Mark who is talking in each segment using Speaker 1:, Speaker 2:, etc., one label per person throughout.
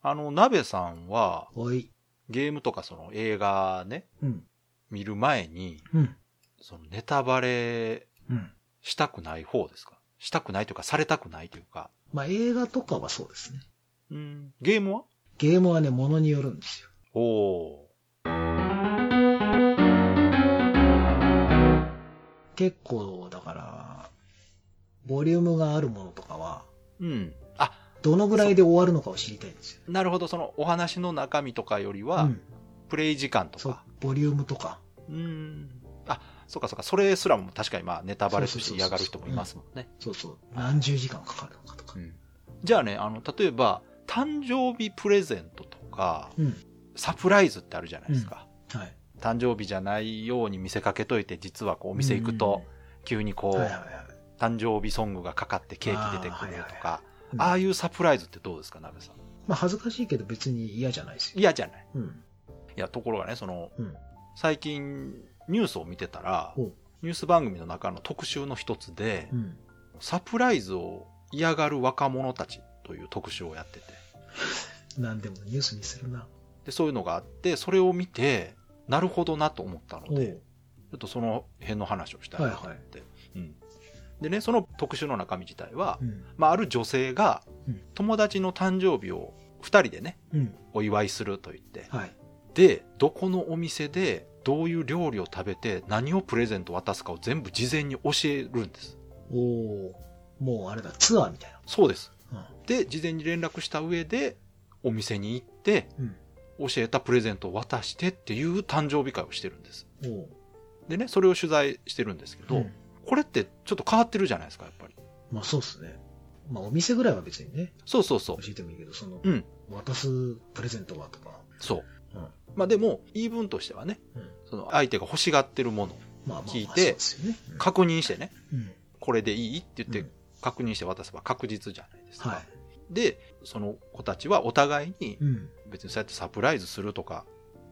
Speaker 1: あの、鍋さんは、
Speaker 2: はい。
Speaker 1: ゲームとかその映画ね、
Speaker 2: うん。
Speaker 1: 見る前に、
Speaker 2: うん。
Speaker 1: そのネタバレ
Speaker 2: うん。
Speaker 1: したくない方ですかしたくないというか、されたくないというか。
Speaker 2: まあ映画とかはそうですね。
Speaker 1: うん、ゲームは
Speaker 2: ゲームはね、ものによるんですよ。
Speaker 1: おお
Speaker 2: 結構、だから、ボリュームがあるものとかは、
Speaker 1: ー。うん。あ、
Speaker 2: どのぐらいで終わるのかを知りたいんですよ。
Speaker 1: なるほど。そのお話の中身とかよりは、
Speaker 2: うん。
Speaker 1: プレイ時間と
Speaker 2: そう
Speaker 1: か。、
Speaker 2: ボリュームとか。
Speaker 1: うん。あ、そうかそうか。それすらも確かにまあネタバレとして嫌がる人もいますもんね。
Speaker 2: そうそう。何十時間かかるのかとか。
Speaker 1: じゃあね、あの、例えば、誕生日プレゼントとか、
Speaker 2: うん。
Speaker 1: サプライズってあるじゃないですか。
Speaker 2: はい。
Speaker 1: 誕生日じゃないように見せかけといて、実はこうお店行くと、急にこ
Speaker 2: うん、
Speaker 1: う、
Speaker 2: はいはいはい。
Speaker 1: 誕生日ソングがかかってケーキ出てくるとか、
Speaker 2: あーはいはいうん
Speaker 1: ああいうサプライズってどうですか、鍋さん。
Speaker 2: まあ恥ずかしいけど別に嫌じゃないですよ。
Speaker 1: 嫌じゃない
Speaker 2: うん。
Speaker 1: いや、ところがね、その、
Speaker 2: うん。
Speaker 1: 最近ニュースを見てたら
Speaker 2: ほう、
Speaker 1: ニュース番組の中の特集の一つで
Speaker 2: う、ん。
Speaker 1: サプライズを嫌がる若者たちという特集をやってて、
Speaker 2: 何でもニュースにするな。
Speaker 1: で、そういうのがあって、それを見て、なるほどなと思ったの
Speaker 2: お
Speaker 1: で、
Speaker 2: う。
Speaker 1: ちょっとその辺の話をしたいなと思って。うんでね、その特集の中身自体は、
Speaker 2: うん。
Speaker 1: まあ、ある女性が
Speaker 2: うん、
Speaker 1: 友達の誕生日を二人でね、
Speaker 2: うん。
Speaker 1: お祝いすると言って、
Speaker 2: はい。
Speaker 1: で、どこのお店で、どういう料理を食べて、何をプレゼント渡すかを全部事前に教えるんです。
Speaker 2: おおう。もうあれだ、ツアーみたい
Speaker 1: そうです。
Speaker 2: な。
Speaker 1: で、事前に連絡した上で、お店に行って、
Speaker 2: うん。
Speaker 1: 教えたプレゼントを渡してっていう誕生日会をしてるんです。
Speaker 2: うん。おう。
Speaker 1: でね、それを取材してるんですけど、
Speaker 2: うん
Speaker 1: これってちょっと変わってるじゃないですか、やっぱり。
Speaker 2: まあそうっすね。まあお店ぐらいは別にね、
Speaker 1: そうそうそう
Speaker 2: 教。えてもいいけど、その、
Speaker 1: うん
Speaker 2: 渡すプレゼントはとか。
Speaker 1: そう。
Speaker 2: うん。
Speaker 1: まあでも、言い分としてはね、
Speaker 2: うん。
Speaker 1: その相手が欲しがってるものを
Speaker 2: まあまあまあ、
Speaker 1: 聞いて
Speaker 2: そうですよね。うん
Speaker 1: 確認してね、
Speaker 2: うん。
Speaker 1: これでいいって言っ
Speaker 2: う
Speaker 1: て
Speaker 2: ん
Speaker 1: 確認して渡せば確実じゃないですか。
Speaker 2: はい。
Speaker 1: で、その子たちはお互いに
Speaker 2: うん。
Speaker 1: 別にそうやってサプライズするとか、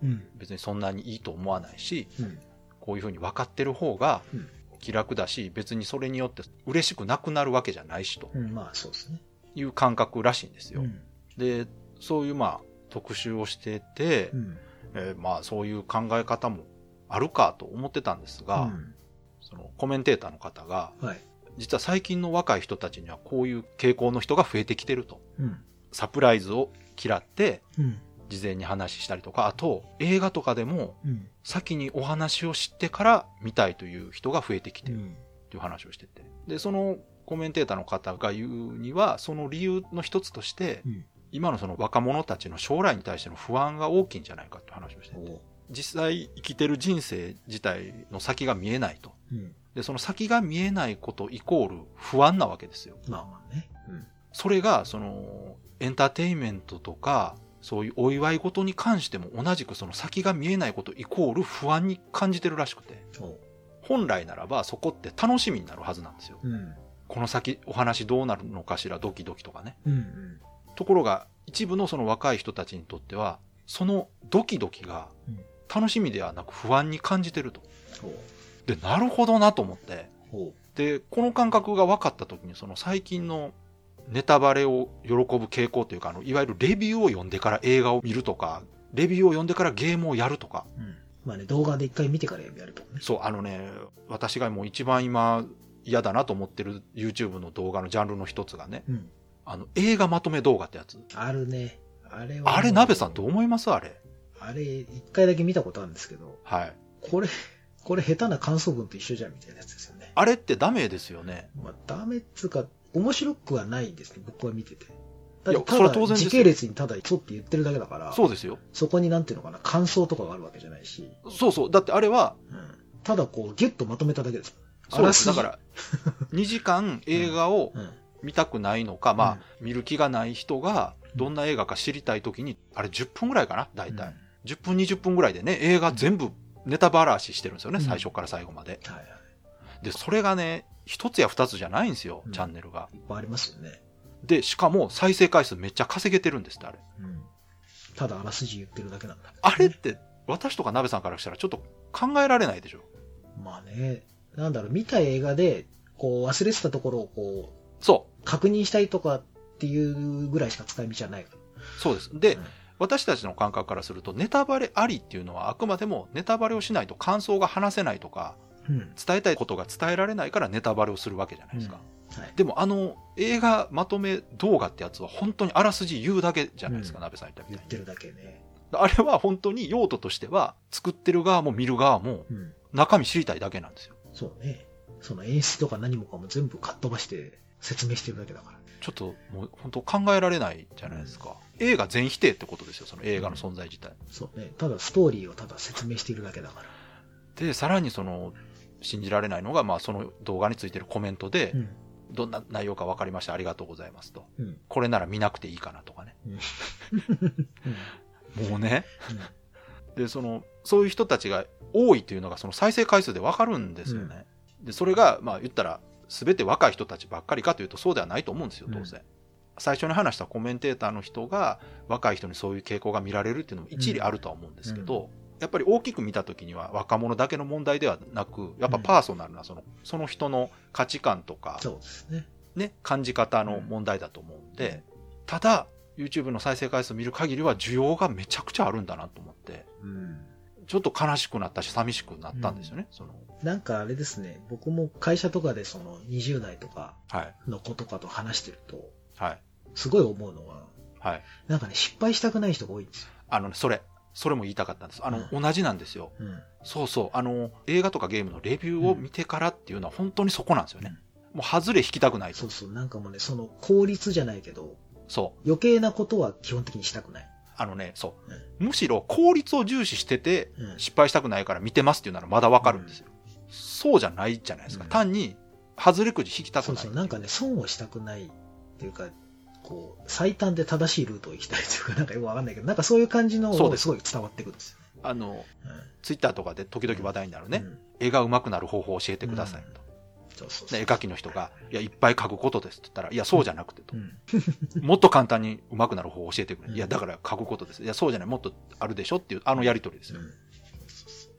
Speaker 2: うん。
Speaker 1: 別にそんなにいいと思わないし、
Speaker 2: うん。
Speaker 1: こういうふうに分かってる方が
Speaker 2: うん
Speaker 1: 気楽だし、別にそれによって嬉しくなくなるわけじゃないしと
Speaker 2: うん。まあそうですね。
Speaker 1: いう感覚らしいんですよ。
Speaker 2: うん。
Speaker 1: で、そういうまあ特集をしてて、
Speaker 2: うん。
Speaker 1: えーまあそういう考え方もあるかと思ってたんですが、
Speaker 2: うん
Speaker 1: そのコメンテーターの方が、
Speaker 2: はい。
Speaker 1: 実は最近の若い人たちにはこういう傾向の人が増えてきてると。
Speaker 2: うん。
Speaker 1: サプライズを嫌って
Speaker 2: うん。
Speaker 1: 事前に話したりとか、あと映画とかでも
Speaker 2: うん。
Speaker 1: 先にお話を知ってから見たいという人が増えてきてるっていう話をしてて。で、そのコメンテーターの方が言うには、その理由の一つとして、
Speaker 2: うん
Speaker 1: 今のその若者たちの将来に対しての不安が大きいんじゃないかって話をして
Speaker 2: お
Speaker 1: て、
Speaker 2: う。
Speaker 1: 実際生きてる人生自体の先が見えないと。
Speaker 2: うん。
Speaker 1: で、その先が見えないことイコール不安なわけですよ。
Speaker 2: まあまあね。うん。
Speaker 1: それが、その、エンターテインメントとか、そういうお祝い事に関しても同じくその先が見えないことイコール不安に感じてるらしくて、
Speaker 2: おう。
Speaker 1: 本来ならばそこって楽しみになるはずなんですよ。
Speaker 2: うん。
Speaker 1: この先お話どうなるのかしらドキドキとかね。
Speaker 2: うん。うん。
Speaker 1: ところが、一部のその若い人たちにとっては、そのドキドキが
Speaker 2: うん
Speaker 1: 楽しみではなく不安に感じてると。
Speaker 2: おう。
Speaker 1: で、なるほどなと思って、
Speaker 2: おう。
Speaker 1: で、この感覚が分かった時に、その最近のネタバレを喜ぶ傾向というか、あの、いわゆるレビューを読んでから映画を見るとか、レビューを読んでからゲームをやるとか、
Speaker 2: うん。まあね、動画で一回見てからやるとかね。
Speaker 1: そう、あのね、私がもう一番今嫌だなと思ってる YouTube の動画のジャンルの一つがね、
Speaker 2: うん。
Speaker 1: あの、映画まとめ動画ってやつ。
Speaker 2: あるね。あれは。
Speaker 1: あれ、鍋さんどう思いますあれ。
Speaker 2: あれ、一回だけ見たことあるんですけど、
Speaker 1: はい。
Speaker 2: これ、これ下手な感想文と一緒じゃんみたいなやつですよね。
Speaker 1: あれってダメですよね。
Speaker 2: まあ、ダメっつうか、面白くはないですね、僕は見てて。だ
Speaker 1: い
Speaker 2: っ
Speaker 1: や
Speaker 2: て
Speaker 1: それは
Speaker 2: た
Speaker 1: 当然
Speaker 2: だ
Speaker 1: ですよ
Speaker 2: 時系列にただ沿って言ってるだけだから、
Speaker 1: そうですよ。
Speaker 2: そこになんていうのかな、感想とかがあるわけじゃないし、
Speaker 1: そうそう。だってあれは、
Speaker 2: うん、ただこう、ギュッとまとめただけです。
Speaker 1: そうです。だ
Speaker 2: あらすじ
Speaker 1: から、2時間映画を
Speaker 2: うん。
Speaker 1: 見たくないのか、まあ、見る気がない人が、どんな映画か知りたいときに、あれ10分ぐらいかな大体。10分、20分ぐらいでね、映画全部ネタばらししてるんですよね、
Speaker 2: うん
Speaker 1: 最初から最後まで。
Speaker 2: はいはい。
Speaker 1: で、それがね、一つや二つじゃないんですよ
Speaker 2: う、ん
Speaker 1: チャンネルが。
Speaker 2: いっぱいありますよね。
Speaker 1: で、しかも再生回数めっちゃ稼げてるんですって、あれ。
Speaker 2: うん。ただあらすじ言ってるだけなんだけどね、
Speaker 1: あれって、私とか鍋さんからしたらちょっと考えられないでしょ。
Speaker 2: まあね、なんだろう、見た映画で、こう、忘れてたところをこう、
Speaker 1: そ
Speaker 2: 確認したいとかっていうぐらいしか使い道はないから。
Speaker 1: う。そうです。で
Speaker 2: うん、
Speaker 1: 私たちの感覚からすると、ネタバレありっていうのは、あくまでもネタバレをしないと感想が話せないとか、
Speaker 2: うん。
Speaker 1: 伝えたいことが伝えられないからネタバレをするわけじゃないですか。
Speaker 2: はい。
Speaker 1: でも、あの、映画まとめ動画ってやつは、本当にあらすじ言うだけじゃないですか、
Speaker 2: う
Speaker 1: 鍋さん言ったみ
Speaker 2: 言
Speaker 1: た
Speaker 2: っ
Speaker 1: い
Speaker 2: てるだけね。
Speaker 1: に。あれは本当に用途としては、作ってる側も見る側も、
Speaker 2: うん。
Speaker 1: 中身知りたいだけなんですよ。
Speaker 2: そうね。その演出とか何もかも全部かっ飛ばして説明してるだけだから。
Speaker 1: ちょっともう本当考えられないじゃないですか。映画全否定ってことですよ、その映画の存在自体。
Speaker 2: そうね。ただストーリーをただ説明しているだけだから。
Speaker 1: で、さらにその、信じられないのが、まあ、その動画についてるコメントで、
Speaker 2: うん。
Speaker 1: どんな内容か分かりました、ありがとうございますと。
Speaker 2: うん。
Speaker 1: これなら見なくていいかなとかね。もうね。で、その、そういう人たちが多いというのが、その再生回数で分かるんですよね。で、それが、まあ、言ったら、全て若い人たちばっかりかというと、そうではないと思うんですよ、当然。最初に話したコメンテーターの人が、若い人にそういう傾向が見られるっていうのも一理あるとは思うんですけど、やっぱり大きく見た時には若者だけの問題ではなく、やっぱパーソナルな、その、その人の価値観とか、
Speaker 2: そうですね。
Speaker 1: ね、感じ方の問題だと思うんで、ただ、YouTube の再生回数見る限りは需要がめちゃくちゃあるんだなと思って、
Speaker 2: うん。
Speaker 1: ちょっと悲しくなったし、寂しくなったんですよね、その、
Speaker 2: なんかあれですね。僕も会社とかでその20代とか
Speaker 1: はい、
Speaker 2: の子とかと話してると、
Speaker 1: はい、
Speaker 2: すごい思うのは、
Speaker 1: はい。
Speaker 2: なんかね、失敗したくない人が多いんですよ。
Speaker 1: あのね、それ、それも言いたかったんです。あの、同じなんですよ。
Speaker 2: うん。
Speaker 1: そうそう、あの、映画とかゲームのレビューを見てからっていうのは本当にそこなんですよね。もう、外れ引きたくないと。
Speaker 2: そうそう。なんかもうね、その効率じゃないけど、
Speaker 1: そう。
Speaker 2: 余計なことは基本的にしたくない。
Speaker 1: あのね、そう
Speaker 2: ね。
Speaker 1: むしろ効率を重視してて、
Speaker 2: うん。
Speaker 1: 失敗したくないから見てますっていうならまだわかるんですよ。そうじゃないじゃないですか。
Speaker 2: うん
Speaker 1: 単に、外れくじ引きたく
Speaker 2: そ
Speaker 1: な
Speaker 2: う
Speaker 1: い。
Speaker 2: そう、なんかね、損をしたくないっていうか、こう、最短で正しいルートを行きたいというか、なんかよくわかんないけど、なんかそういう感じの
Speaker 1: そうです
Speaker 2: すごい伝わってくるんですよ。
Speaker 1: あの、
Speaker 2: うん
Speaker 1: ツイッターとかで時々話題になるね、
Speaker 2: うん
Speaker 1: 絵が上手くなる方法を教えてくださいと。
Speaker 2: そうそうそう。
Speaker 1: で絵描きの人が、いや、いっぱい描くことですって言ったら、いや、そうじゃなくてと
Speaker 2: う。ん。
Speaker 1: もっと簡単に上手くなる方法を教えてくれ。
Speaker 2: うん
Speaker 1: いや、だから描くことです。いや、そうじゃない、もっとあるでしょっていう、あのやりとりですよ。
Speaker 2: うんそうそ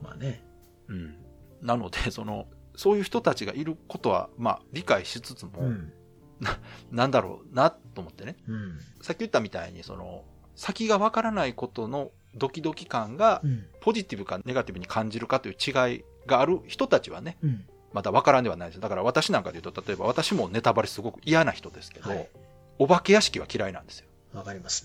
Speaker 2: うまあね。
Speaker 1: うん。なので、その、そういう人たちがいることは、まあ、理解しつつも、
Speaker 2: うん。
Speaker 1: なんだろうなと思ってね。
Speaker 2: うん。
Speaker 1: さっき言ったみたいに、その、先がわからないことのドキドキ感が、
Speaker 2: うん。
Speaker 1: ポジティブかネガティブに感じるかという違いがある人たちはね、
Speaker 2: うん。
Speaker 1: また分からんではないです。だから私なんかで言うと、例えば私もネタバレすごく嫌な人ですけど、
Speaker 2: はい
Speaker 1: お化け屋敷は嫌いなんですよ。
Speaker 2: わかります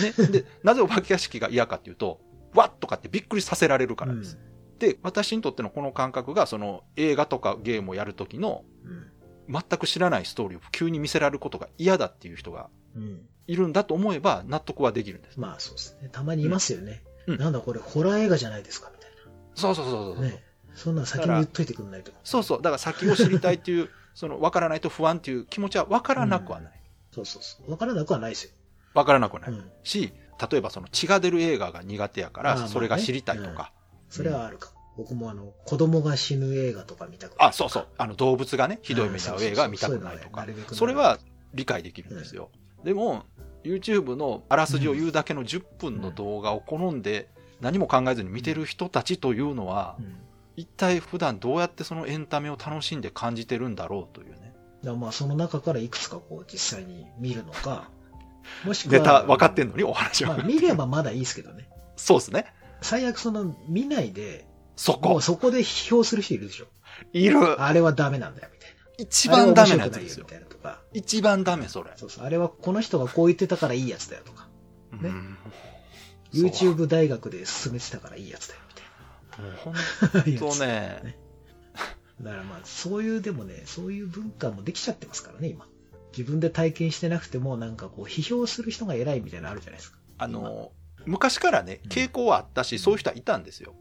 Speaker 2: ね。
Speaker 1: ね。で、なぜお化け屋敷が嫌かっていうと、わっとかってびっくりさせられるからです。で、私にとってのこの感覚が、その映画とかゲームをやる時の
Speaker 2: うん。
Speaker 1: 全く知らないストーリーを急に見せられることが嫌だっていう人が
Speaker 2: うん。うん。
Speaker 1: いるんだと思えば納得はできるんです。
Speaker 2: まあそうですね。たまにいますよね。
Speaker 1: うん
Speaker 2: なんだこれ、ホラー映画じゃないですかみたい
Speaker 1: そうそうそうそうそ
Speaker 2: な。
Speaker 1: う。
Speaker 2: ね。そんなん先に言っといてくんないと。
Speaker 1: そうそう。だから先を知りたいっていう、その分からないと不安っていう気持ちは分からなくはない。
Speaker 2: そうそうそう。わからなくはないですよ。
Speaker 1: 分からなくはない。
Speaker 2: うん。
Speaker 1: し、例えばその血が出る映画が苦手やか
Speaker 2: あーま
Speaker 1: ら、
Speaker 2: あね
Speaker 1: それが知りたいとか、
Speaker 2: それはあるか。僕もあの、子供が死ぬ映画とか見たくない
Speaker 1: あ、そうそう、あの動物がね、ひどい目に遭う映画は見たくないと
Speaker 2: あ
Speaker 1: か
Speaker 2: そうそうそうそういうのはねなるべくな、い
Speaker 1: それは理解できるんですよ。でも、YouTube のあらすじを言うだけの10分の動画を好んで、何も考えずに見てる人たちというのは
Speaker 2: う、ん
Speaker 1: 一体普段どうやってそのエンタメを楽しんで感じてるんだろうというね。
Speaker 2: だからまあその中からいくつかこう実際に見るのか、もしくは。
Speaker 1: ネタ分かってんのにお話を。
Speaker 2: まあ見ればまだいいですけどね。
Speaker 1: そうですね。
Speaker 2: 最悪その見ないで、
Speaker 1: そ
Speaker 2: もう
Speaker 1: こ、
Speaker 2: そこで批評する人いるでしょ。
Speaker 1: いる。
Speaker 2: あれはダメなんだよみたいな。
Speaker 1: 一番ダメなやつ
Speaker 2: あれは面白くい
Speaker 1: ですよ
Speaker 2: み。たいなとか。
Speaker 1: 一番ダメ、それ。
Speaker 2: そうそう。あれはこの人がこう言ってたからいいやつだよとか。ね
Speaker 1: うんそう
Speaker 2: YouTube 大学で勧めてたからいいやつだよ
Speaker 1: もう本
Speaker 2: みたいな。
Speaker 1: 当ね、
Speaker 2: だからまあ、そういう、でもね、そういう文化もできちゃってますからね、今。自分で体験してなくても、なんかこう、批評する人が偉いみたいなのあるじゃないですか。
Speaker 1: あの、昔からね、
Speaker 2: うん
Speaker 1: 傾向はあったし、そういう人はいたんですよ。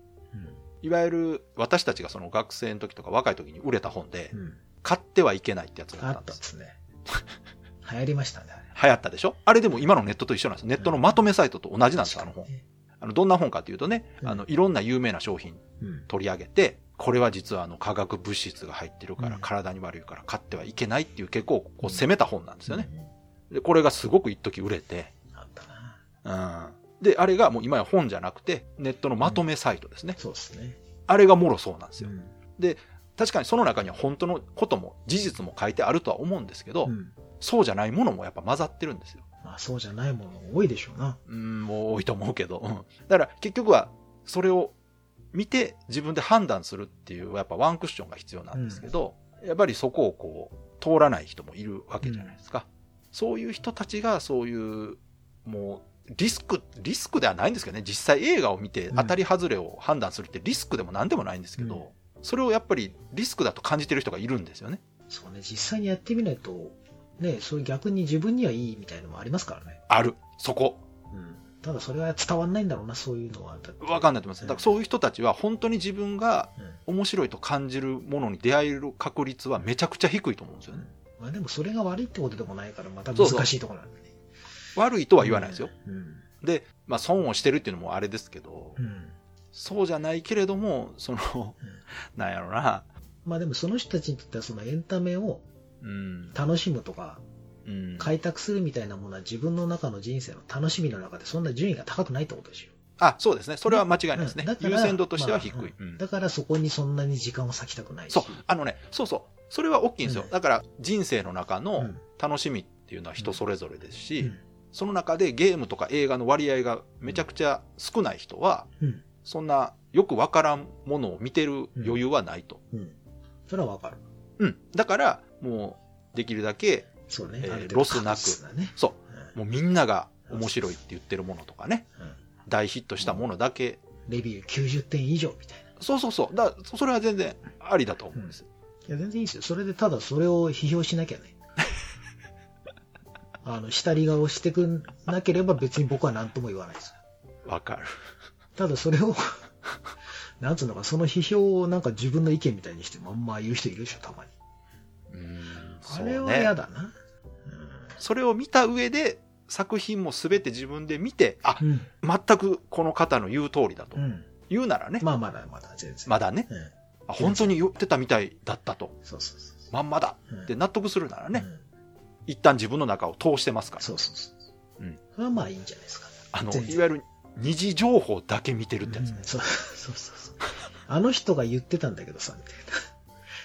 Speaker 2: う
Speaker 1: いわゆる、私たちがその学生の時とか若い時に売れた本で、
Speaker 2: ん。うん。
Speaker 1: 買ってはいけないってやつが
Speaker 2: あ
Speaker 1: あ
Speaker 2: っ
Speaker 1: った
Speaker 2: た
Speaker 1: ん
Speaker 2: ん
Speaker 1: で。
Speaker 2: ですすね。流行りましたね、あれ。
Speaker 1: 流行ったでしょあれでも今のネットと一緒なんです。ネットのまとめサイトと同じなんです、あの
Speaker 2: 確か
Speaker 1: 本
Speaker 2: に。ね
Speaker 1: あの、どんな本かというとね、
Speaker 2: うん
Speaker 1: あの、いろんな有名な商品
Speaker 2: うん。
Speaker 1: 取り上げて、これは実はあの化学物質が入ってるから
Speaker 2: うん
Speaker 1: 体に悪いから買ってはいけないっていう傾向をこう攻めた本なんですよね。
Speaker 2: うん。
Speaker 1: で、これがすごく一時売れて、
Speaker 2: あったな。
Speaker 1: うん。で、あれがもう今や本じゃなくて、ネットのまとめサイトですね。
Speaker 2: そうですね。
Speaker 1: あれがもろそうなんです
Speaker 2: う
Speaker 1: よ。
Speaker 2: ん。
Speaker 1: 確かにその中には本当のことも事実も書いてあるとは思うんですけど、
Speaker 2: うん
Speaker 1: そうじゃないものもやっぱ混ざってるんですよ。
Speaker 2: まあそうじゃないものも多いでしょうな。
Speaker 1: うん、もう多いと思うけど。うんだから結局は、それを見て自分で判断するっていう、やっぱワンクッションが必要なんですけど、やっぱりそこをこう、通らない人もいるわけじゃないですか。そういう人たちが、そういう、もう、リスク、リスクではないんですけどね、実際映画を見て
Speaker 2: うん
Speaker 1: 当たり外れを判断するってリスクでも何でもないんですけど、それをやっぱりリスクだと感じてる人がいるんですよね。
Speaker 2: そうね、実際にやってみないと、ね、そういう逆に自分にはいいみたいのもありますからね。
Speaker 1: ある。そこ。
Speaker 2: うん。ただそれは伝わんないんだろうな、そういうのは。だって
Speaker 1: わかんないと思います。だからそういう人たちは本当に自分が
Speaker 2: うん
Speaker 1: 面白いと感じるものに出会える確率はめちゃくちゃ低いと思うんですよね。
Speaker 2: まあでもそれが悪いってことでもないから、また
Speaker 1: そう
Speaker 2: 難
Speaker 1: そう
Speaker 2: しいところなんでね。
Speaker 1: 悪いとは言わないですよ。
Speaker 2: うん。
Speaker 1: で、まあ損をしてるっていうのもあれですけど
Speaker 2: う、ん。
Speaker 1: そうじゃないけれども、その、なんやろな、
Speaker 2: まあでもその人たちにとってはそのエンタメを
Speaker 1: うん、
Speaker 2: 楽しむとか
Speaker 1: うん。
Speaker 2: 開拓するみたいなものは自分の中の人生の楽しみの中でそんな順位が高くないってことでしょ。
Speaker 1: あ、そうですね。それは間違いないですね
Speaker 2: うんだ。から
Speaker 1: 優先度としては低
Speaker 2: まあ
Speaker 1: い。うん
Speaker 2: だからそこにそんなに時間を割きたくないし。
Speaker 1: そう、あのね、そうそう。それは大きいんですよ
Speaker 2: う。ん
Speaker 1: だから人生の中
Speaker 2: う
Speaker 1: の
Speaker 2: ん。
Speaker 1: 楽しみっていうのは人それぞれです
Speaker 2: う
Speaker 1: し
Speaker 2: ん、
Speaker 1: その中でゲームとか映画の割合がめちゃくちゃ少ない人は、
Speaker 2: うん。
Speaker 1: そんなよくわからんものを見てる余裕はないと。
Speaker 2: うん。それはわかる。
Speaker 1: うん。だから、もう、できるだけ、
Speaker 2: そうね。
Speaker 1: えー
Speaker 2: ある程度
Speaker 1: ロスなく
Speaker 2: 確実ね
Speaker 1: そ
Speaker 2: うん
Speaker 1: う、もうみんなが面白いって言ってるものとかね、
Speaker 2: うん
Speaker 1: 大ヒットしたものだけ、
Speaker 2: レビュー90点以上みたいな。
Speaker 1: そうそうそう、だそれは全然ありだと思うんです。
Speaker 2: いや、全然いいですよ。それでただそれを批評しなきゃ ね。あの、下り顔してくんなければ別に僕は何とも言わないです。
Speaker 1: わ、かる。
Speaker 2: ただそれを、 なんつうのか、その批評をなんか自分の意見みたいにしてまんま言う人いるでしょ、たまに。
Speaker 1: うーん、
Speaker 2: あ
Speaker 1: そう
Speaker 2: れは嫌
Speaker 1: ね。
Speaker 2: だな。
Speaker 1: それを見た上で、作品も全て自分で見て、あ
Speaker 2: う、ん。
Speaker 1: 全くこの方の言う通りだと
Speaker 2: う。ん。
Speaker 1: 言うならね、
Speaker 2: まあまだまだ全然。
Speaker 1: まだね、
Speaker 2: うん。
Speaker 1: あ本当に言ってたみたいだったと、
Speaker 2: そうそうそ
Speaker 1: まんまだ
Speaker 2: う。うん
Speaker 1: って納得するなら
Speaker 2: う
Speaker 1: ね、
Speaker 2: ん
Speaker 1: 一旦自分の中を通してますから。
Speaker 2: そうそうそう。
Speaker 1: うん
Speaker 2: それはまあいいんじゃないですか。
Speaker 1: あの、
Speaker 2: 全然
Speaker 1: いわゆる二次情報だけ見てるってやつね。
Speaker 2: うんそうそうそうそう。あの人が言ってたんだけどさ、みたいな。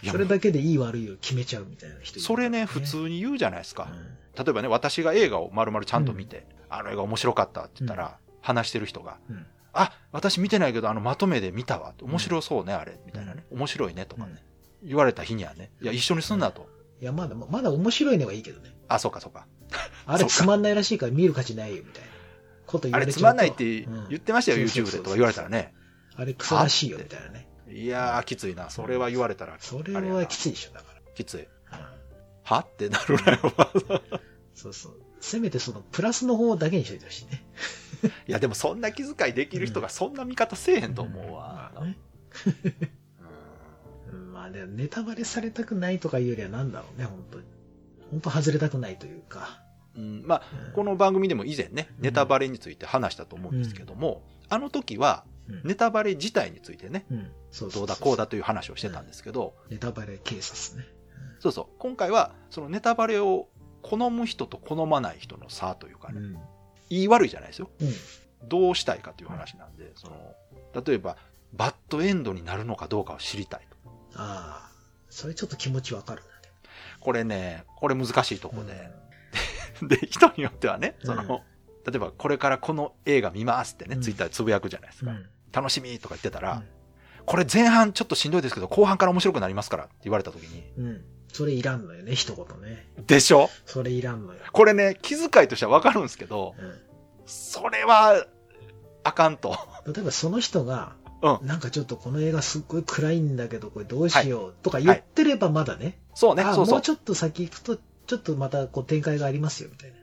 Speaker 1: いや
Speaker 2: それだけでいい悪いを決めちゃうみたいな人いる
Speaker 1: それね、普通に言うじゃないですか
Speaker 2: う。ん
Speaker 1: 例えばね、私が映画を丸々ちゃんと見て、あの映画面白かったって言ったら、話してる人が、
Speaker 2: うん
Speaker 1: あ、私見てないけど、あの、まとめで見たわ。面白そうね、あれ。みたいなね。面白いね、とかね。言われた日にはね、いや、一緒にすんなと。
Speaker 2: いやまだまだ面白いのはいいけどね
Speaker 1: あ、そうか、そうか。
Speaker 2: あ
Speaker 1: そ
Speaker 2: れ
Speaker 1: うか
Speaker 2: つまんないらしいから見る価値ないよみたいなこと言
Speaker 1: あ
Speaker 2: わ
Speaker 1: れ
Speaker 2: れち
Speaker 1: つ
Speaker 2: ゃうと
Speaker 1: まんないって
Speaker 2: うん
Speaker 1: 言ってましたよ、
Speaker 2: うん
Speaker 1: YouTube でとか言われたらね。
Speaker 2: あれクソらしいよみたいなね
Speaker 1: いやー、きついな。それは言われたら、
Speaker 2: それ
Speaker 1: あやな
Speaker 2: はきついでしょだか
Speaker 1: きつい。
Speaker 2: ら、
Speaker 1: はってなるなよ。
Speaker 2: そうそうせめてそのプラスの方だけにしといてほしいね
Speaker 1: いや、でもそんな気遣いできる人がそんな見方せえへんと思うわ。
Speaker 2: まあね
Speaker 1: うん
Speaker 2: うんまあでもネタバレされたくないとかいうよりはなんだろうね本当に本当外れたくないというか、
Speaker 1: うん、まあ、
Speaker 2: うん
Speaker 1: この番組でも以前ね、ネタバレについて話したと思うんですけども、あの時は、
Speaker 2: うん
Speaker 1: ネタバレ自体についてね、
Speaker 2: うんそう
Speaker 1: ど
Speaker 2: そうう
Speaker 1: だ
Speaker 2: そ
Speaker 1: こ
Speaker 2: う
Speaker 1: うだという話をしてたんですけど、
Speaker 2: ネタバレ警察ね
Speaker 1: そうそう、今回は、そのネタバレを好む人と好まない人の差というか
Speaker 2: う
Speaker 1: ね、
Speaker 2: ん
Speaker 1: 言い悪いじゃないですよ。
Speaker 2: うん
Speaker 1: どうしたいかという話なんで、その、例えば、バッドエンドになるのかどうかを知りたいと。
Speaker 2: ああそれちょっと気持ちわかるな
Speaker 1: これね、これ難しいとこで、
Speaker 2: う ん
Speaker 1: で、人によってはね、その、
Speaker 2: うん
Speaker 1: 例えばこれからこの映画見ますってね、
Speaker 2: うん
Speaker 1: ツイッターでつぶやくじゃないですか。
Speaker 2: うん
Speaker 1: 楽しみとか言ってたら、
Speaker 2: うん
Speaker 1: これ前半ちょっとしんどいですけど、後半から面白くなりますからって言われた時に、
Speaker 2: うん。それいらんのよね、一言ね。
Speaker 1: でしょ
Speaker 2: それいらんのよ。
Speaker 1: これね、気遣いとしてはわかるんですけど、
Speaker 2: うん。
Speaker 1: それは、あかんと。
Speaker 2: 例えばその人が、
Speaker 1: う
Speaker 2: なんかちょっとこの映画すっごい暗いんだけど、これどうしようとか言ってればまだね。
Speaker 1: そうね、
Speaker 2: あ
Speaker 1: そうそ
Speaker 2: も
Speaker 1: う
Speaker 2: う。ちょっと先行くと、ちょっとまたこう展開がありますよ、みたいな。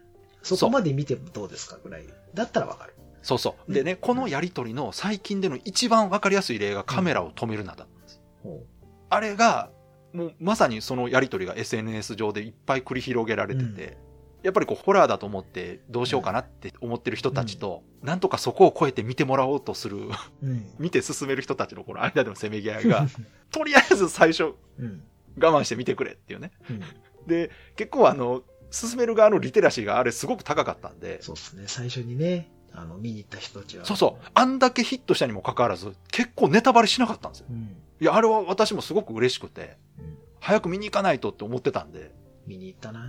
Speaker 2: そこまで見てもどうですかぐらい。だったらわかる。
Speaker 1: そうそう。でね、このやりとりの最近での一番わかりやすい例がカメラを止めるなだったんです。
Speaker 2: ほ
Speaker 1: あれが、もうまさにそのやりとりが SNS 上でいっぱい繰り広げられてて、やっぱりこうホラーだと思ってどうしようかなって思ってる人たちと、なんとかそこを超えて見てもらおうとする、
Speaker 2: う。うん。
Speaker 1: 見て進める人たちのこの間でのせめぎ合い が、とりあえず最初
Speaker 2: うん。
Speaker 1: 我慢して見てくれっていうね。
Speaker 2: うん。
Speaker 1: で、結構あの、進める側のリテラシーがあれすごく高かったんで、
Speaker 2: そうですね。最初にね、あの、見に行った人たちは。
Speaker 1: そうそう、あんだけヒットしたにもかかわらず、結構ネタバレしなかったんですよ。
Speaker 2: う。うん。
Speaker 1: いや、あれは私もすごく嬉しくて、
Speaker 2: うん
Speaker 1: 早く見に行かないとって思ってたんで、
Speaker 2: 見に行ったな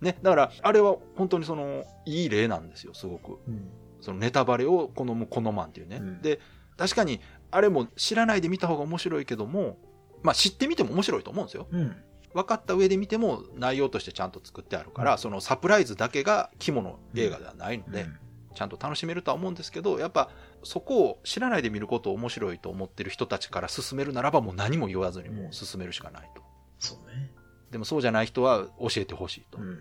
Speaker 1: ね、だから、あれは本当にその、いい例なんですよ、すごく。
Speaker 2: うん。
Speaker 1: そのネタバレを好む好まんっていうね。
Speaker 2: うん
Speaker 1: で、確かに、あれも知らないで見た方が面白いけども、まあ知ってみても面白いと思うんですよ。
Speaker 2: うん。
Speaker 1: 分かった上で見ても内容としてちゃんと作ってあるから、
Speaker 2: うん
Speaker 1: そのサプライズだけが肝の映画ではないので、
Speaker 2: うん
Speaker 1: ちゃんと楽しめるとは思うんですけど、やっぱそこを知らないで見ることを面白いと思ってる人たちから進めるならばもう何も言わずにもう進めるしかないと。
Speaker 2: そうね。
Speaker 1: でもそうじゃない人は教えてほしいと
Speaker 2: う。ん。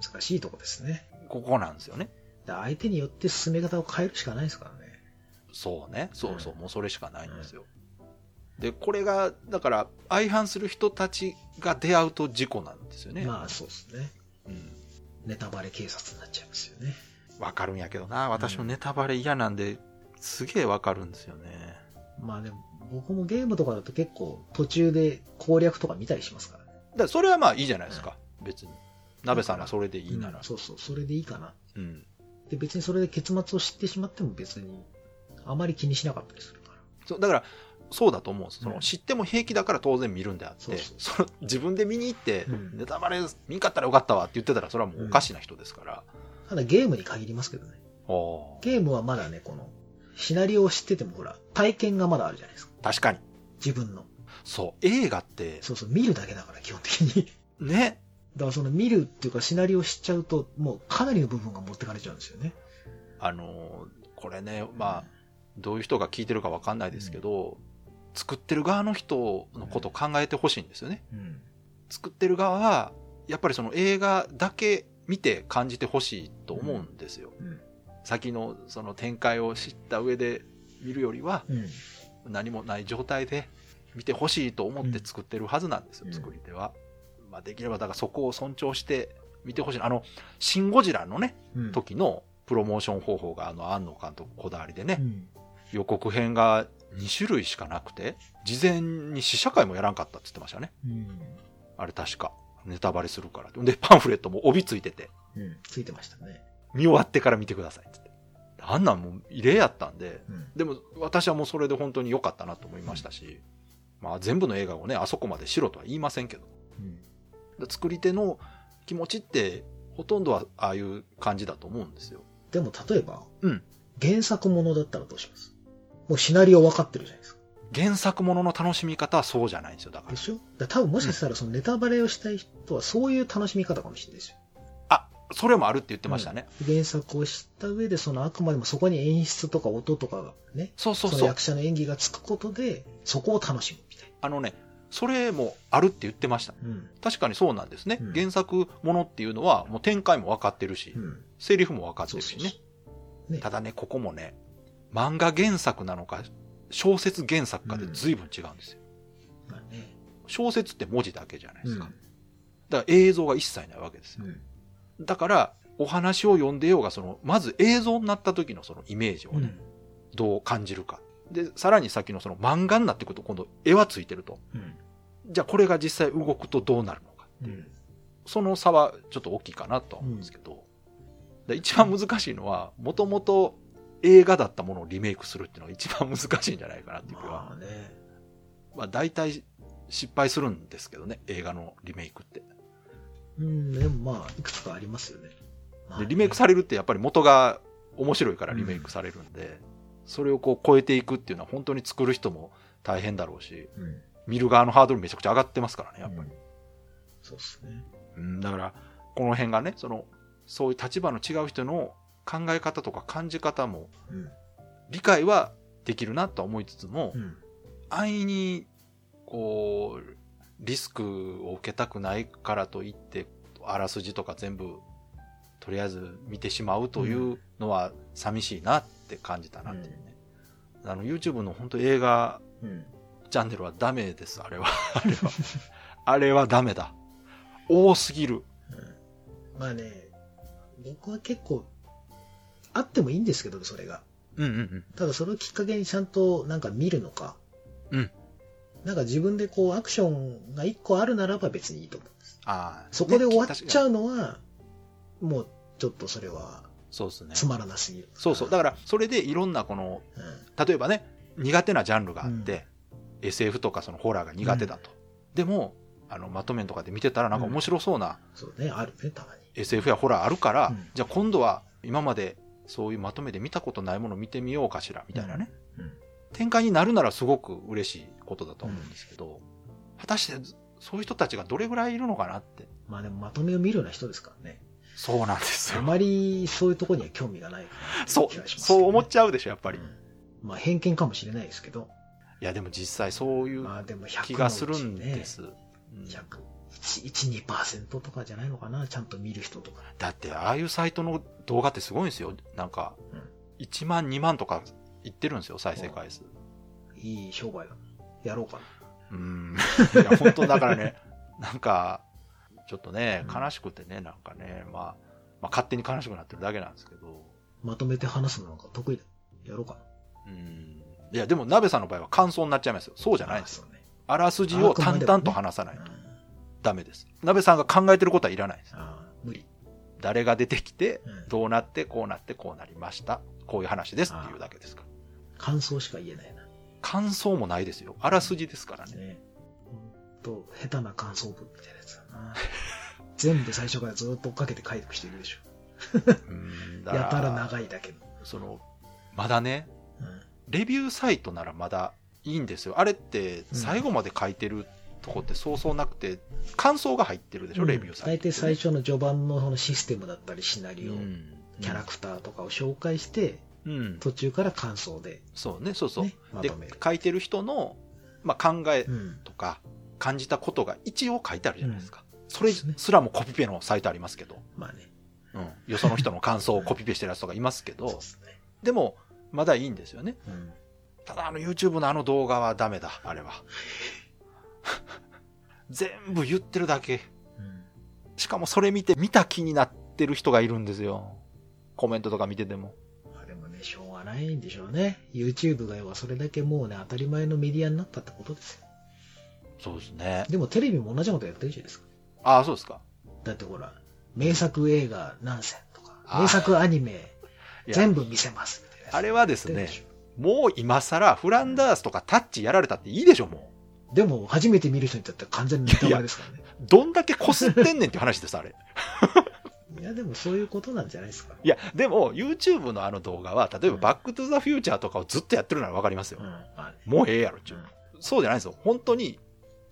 Speaker 2: 難しいとこですね。
Speaker 1: ここなんですよね。
Speaker 2: だ相手によって進め方を変えるしかないですからね。
Speaker 1: そうね。そうそう。
Speaker 2: う
Speaker 1: もうそれしかないんですよ。で、これが、だから、相反する人たちが出会うと事故なんですよね。
Speaker 2: まあそうですね。
Speaker 1: うん
Speaker 2: ネタバレ警察になっちゃいますよね。
Speaker 1: わかるんやけどな。私もネタバレ嫌なんで、すげえわかるんですよね。
Speaker 2: まあでも、僕もゲームとかだと結構途中で攻略とか見たりしますからね。
Speaker 1: だからそれはまあいいじゃないですか。別に。鍋さんがそれでいいなら
Speaker 2: うん。そうそう、それでいいかな。
Speaker 1: うん。
Speaker 2: で、別にそれで結末を知ってしまっても別に、あまり気にしなかったりするから。
Speaker 1: そうだから、そうだと思うんです。その
Speaker 2: うん
Speaker 1: 知っても平気だから当然見るんであって、
Speaker 2: そうそう
Speaker 1: その自分で見に行って、
Speaker 2: うん
Speaker 1: ネタバレ見んかったらよかったわって言ってたら、それはもうおかしな人ですから。
Speaker 2: ただゲームに限りますけどね。
Speaker 1: おー
Speaker 2: ゲームはまだね、この、シナリオを知っててもほら、体験がまだあるじゃないですか。
Speaker 1: 確かに。
Speaker 2: 自分の。
Speaker 1: そう。映画って、
Speaker 2: そうそう、見るだけだから、基本的に。
Speaker 1: ね。
Speaker 2: だからその見るっていうかシナリオを知っちゃうと、もうかなりの部分が持ってかれちゃうんですよね。
Speaker 1: あのーこれね、まあ、どういう人が聞いてるかわかんないですけど、作ってる側の人のことを考えてほしいんですよね。
Speaker 2: うん。
Speaker 1: 作ってる側はやっぱりその映画だけ見て感じてほしいと思うんですよ、
Speaker 2: うん。
Speaker 1: 先のその展開を知った上で見るよりは
Speaker 2: うん。
Speaker 1: 何もない状態で見てほしいと思って作ってるはずなんですよ、
Speaker 2: うん
Speaker 1: 作り手は、まあ、できればだからそこを尊重して見てほしいあの「シン・ゴジラ」のね
Speaker 2: うん。
Speaker 1: 時のプロモーション方法があの庵野監督こだわりでね、
Speaker 2: うん。
Speaker 1: 予告編が2種類しかなくて事前に試写会もやらんかったって言ってましたね
Speaker 2: うん。
Speaker 1: あれ確か。ネタバレするから。で、パンフレットも帯ついてて、
Speaker 2: うん。ついてましたね。
Speaker 1: 見終わってから見てくださいっつって。あんなんもう異例やったんで、
Speaker 2: うん。
Speaker 1: でも私はもうそれで本当に良かったなと思いましたし、まあ全部の映画をね、あそこまでしろとは言いませんけど、
Speaker 2: うん。
Speaker 1: で作り手の気持ちってほとんどはああいう感じだと思うんですよ。
Speaker 2: でも例えば、
Speaker 1: うん
Speaker 2: 原作ものだったらどうしますもうシナリオ分かってるじゃないですか。
Speaker 1: 原作ものの楽しみ方はそうじゃないんですよ、だか
Speaker 2: で
Speaker 1: ら。
Speaker 2: しょだから多分もしかしたらそのネタバレをしたい人はそういう楽しみ方かもしれないですよ。
Speaker 1: それもあるって言ってましたね。
Speaker 2: 原作を知った上で、そのあくまでもそこに演出とか音とかがね、
Speaker 1: そうそう
Speaker 2: そ
Speaker 1: そ
Speaker 2: の
Speaker 1: う
Speaker 2: 役。者の演技がつくことで、そこを楽しむみたい
Speaker 1: あのね、それもあるって言ってました。
Speaker 2: な。うん。
Speaker 1: 確かにそうなんですね。
Speaker 2: うん
Speaker 1: 原作ものっていうのはもう展開も分かってるし、
Speaker 2: うん。
Speaker 1: セリフも分かってるし
Speaker 2: そ
Speaker 1: ね。
Speaker 2: うね
Speaker 1: ただね、ここもね、漫画原作なのか、小説原作かで随分違うんですよ。
Speaker 2: まあね。
Speaker 1: 小説って文字だけじゃないで
Speaker 2: う
Speaker 1: す
Speaker 2: ん
Speaker 1: か。だから映像が一切ないわけですよ。だから、お話を読んでようが、その、まず映像になった時のそのイメージを
Speaker 2: う
Speaker 1: ね、
Speaker 2: ん。
Speaker 1: どう感じるか。で、さらに先のその漫画になってくると、今度絵はついてると。
Speaker 2: うん。
Speaker 1: じゃあこれが実際動くとどうなるのか。
Speaker 2: うん。
Speaker 1: その差はちょっと大きいかなとは思うんですけど、で一番難しいのは、もともと映画だったものをリメイクするっていうのが一番難しいんじゃないかなっていう気は、
Speaker 2: まあね。
Speaker 1: まあ大体失敗するんですけどね、映画のリメイクって。
Speaker 2: うん、でもまあ、いくつかありますよね。まあ
Speaker 1: で、
Speaker 2: ね
Speaker 1: リメイクされるってやっぱり元が面白いからリメイクされるんで、それをこう超えていくっていうのは本当に作る人も大変だろうし、
Speaker 2: うん。
Speaker 1: 見る側のハードルめちゃくちゃ上がってますからね、やっぱり。
Speaker 2: うんそうですね。
Speaker 1: うん、だからこの辺がねそのそういう立場の違う人の考え方とか感じ方も
Speaker 2: うん。
Speaker 1: 理解はできるなとは思いつつも、
Speaker 2: うん。
Speaker 1: 安易にこうリスクを受けたくないからといってあらすじとか全部とりあえず見てしまうというのは寂しいなって感じたなっていうね、あの YouTube の本当映画
Speaker 2: うん。
Speaker 1: チャンネルはダメですあれはあれはあれはダメだ多すぎる
Speaker 2: うんまあね、僕は結構、あってもいいんですけど、それが。
Speaker 1: うんうんうん
Speaker 2: ただそれをきっかけにちゃんとなんか見るのか。
Speaker 1: うん
Speaker 2: なんか自分でこうアクションが一個あるならば別にいいと思う。
Speaker 1: ああ
Speaker 2: そこで終わっちゃ
Speaker 1: う。
Speaker 2: うのは、もうちょっとそれは
Speaker 1: そうですね。
Speaker 2: つまらなすぎる。
Speaker 1: そうそう。だから、それでいろんなこの、
Speaker 2: うん。
Speaker 1: 例えばね、苦手なジャンルがあって、SF とかそのホラーが苦手だと。でも、あのまとめとかで見てたらなんか面白そうな
Speaker 2: そうね、あるね、たまに。
Speaker 1: SF やホラーあるから、
Speaker 2: うん
Speaker 1: じゃあ今度は今までそういうまとめで見たことないもの見てみようかしらみたいなね、
Speaker 2: うん
Speaker 1: 展開になるならすごく嬉しいことだと思うんですけど、果たしてそういう人たちがどれぐらいいるのかなって
Speaker 2: まあでもまとめを見るような人ですからね。
Speaker 1: そうなんです
Speaker 2: あ
Speaker 1: よ
Speaker 2: まりそういうところには興味がないかな
Speaker 1: そう
Speaker 2: 気がしますね
Speaker 1: そう思っちゃうでしょやっぱり、
Speaker 2: う
Speaker 1: い
Speaker 2: んまあ偏見かもしれないですけど、
Speaker 1: やでも実際そういう
Speaker 2: まあでも100のうち、
Speaker 1: 気
Speaker 2: ね、
Speaker 1: がするんです、うん
Speaker 2: 100。1、2%とかじゃないのかな、ちゃんと見る人とか。
Speaker 1: だってああいうサイトの動画ってすごいんですよなんか
Speaker 2: うん
Speaker 1: 1万2万とかいってるんですよ再生回数
Speaker 2: いい商売だな。やろうか
Speaker 1: うん いや本当だからねなんかちょっとね
Speaker 2: うん
Speaker 1: 悲しくてねなんかね、まあ、まあ勝手に悲しくなってるだけなんですけど
Speaker 2: な。まとめて話すのなんか得意だ。やろうかな。
Speaker 1: うんいやでも鍋さんの場合は感想になっちゃいますよそうじゃないです
Speaker 2: あそうね。
Speaker 1: あらすじを淡々と話さないとダメです鍋さんが考えてることはいらないです
Speaker 2: ああー、無理。
Speaker 1: 誰が出てきて
Speaker 2: うん
Speaker 1: どうなってこうなってこうなりましたこういう話ですっていうだけですから
Speaker 2: 感想しか言えないな。
Speaker 1: 感想もないですよあらすじですからね
Speaker 2: ね。ほんと、下手な感想文みたいなやつだ な。全部最初からずっと追っかけて書いてく人いるでし
Speaker 1: うん
Speaker 2: ょ。
Speaker 1: だから
Speaker 2: やたら長いだけど。
Speaker 1: そのまだね
Speaker 2: うん
Speaker 1: レビューサイトならまだいいんですよ。あれって最後まで書いてるとこってそうそうなくて、感想が入ってるでしょ、レビューサイ
Speaker 2: 大
Speaker 1: トってね、
Speaker 2: 体最初の序盤のそのシステムだったりシナリオ、
Speaker 1: うん
Speaker 2: キャラクターとかを紹介して
Speaker 1: うん。
Speaker 2: 途中から感想で、
Speaker 1: そうね、そうそう。
Speaker 2: ね、ま
Speaker 1: で
Speaker 2: とめる、、
Speaker 1: 書いてる人の、まあ、考え
Speaker 2: うん、
Speaker 1: とか、感じたことが一応書いてあるじゃないですか。そ
Speaker 2: そう
Speaker 1: れ
Speaker 2: ですね
Speaker 1: すらもコピペのサイトありますけど、
Speaker 2: まあね
Speaker 1: うん、よその人の感想をコピペしてるやつとかいますけ
Speaker 2: そう
Speaker 1: ど
Speaker 2: で、すね、
Speaker 1: でも、まだいいんですよね。
Speaker 2: うん、
Speaker 1: ただあの YouTube のあの動画はダメだ、あれは。 全部言ってるだけ。
Speaker 2: うん
Speaker 1: しかもそれ見て見た気になってる人がいるんですよ。コメントとか見てても。
Speaker 2: まあでもねしょうがないんでしょうね YouTube が要はそれだけもうね当たり前のメディアになったってことですよ
Speaker 1: そうですね。
Speaker 2: でもテレビも同じことやってるじゃないですか
Speaker 1: ああ、そうですか。
Speaker 2: だってほら名作映画何選とか
Speaker 1: あー
Speaker 2: 名作アニメ
Speaker 1: いや
Speaker 2: 全部見せますみたいなやつ
Speaker 1: あれはです
Speaker 2: や
Speaker 1: ね
Speaker 2: ってるで、しょ
Speaker 1: もう今更フランダースとかタッチやられたっていいでしょ、も
Speaker 2: でも初めて見る人にとっては完全にネタバレですからね
Speaker 1: う。どんだけこすってんねんって話です、あれ。
Speaker 2: いやでもそういうことなんじゃないですか
Speaker 1: いや、でも YouTube のあの動画は、例えばバックトゥザフューチャーとかをずっとやってるならわかりますよ
Speaker 2: うん。まあね
Speaker 1: もうええやろ、ちゅう
Speaker 2: うん。
Speaker 1: そうじゃないんですよ。本当に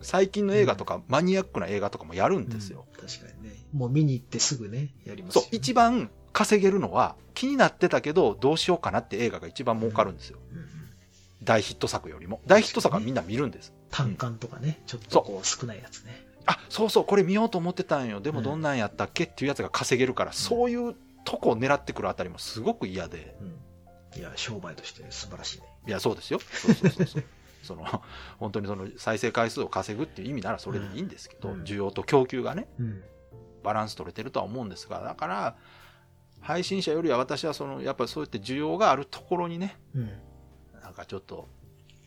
Speaker 1: 最近の映画とか、マニアックな映画とかもやるんですよ。
Speaker 2: うん確かにね。もう見に行ってすぐね、やります
Speaker 1: そ
Speaker 2: よ
Speaker 1: う、一番稼げるのは、気になってたけど、どうしようかなって映画が一番儲かるんですよ。
Speaker 2: うんうん
Speaker 1: 大ヒット作よりも。大ヒット作はみんな見るんです。
Speaker 2: 単管とかね、ちょっとこう少ないやつね。
Speaker 1: あ、そうそう、これ見ようと思ってたんよ。で
Speaker 2: う
Speaker 1: も
Speaker 2: ん
Speaker 1: どんなんやったっけっていうやつが稼げるから、そういうとこを狙ってくるあたりもすごく嫌で。
Speaker 2: うん。いや、商売として素晴らしいね。
Speaker 1: いや、そうですよ。そうそうそう そう。その、本当にその再生回数を稼ぐっていう意味ならそれでいいんですけど、
Speaker 2: うん
Speaker 1: 需要と供給がね、
Speaker 2: うん。
Speaker 1: バランス取れてるとは思うんですが、だから、配信者よりは私はその、やっぱりそうやって需要があるところにね、
Speaker 2: うん。
Speaker 1: なんかちょっと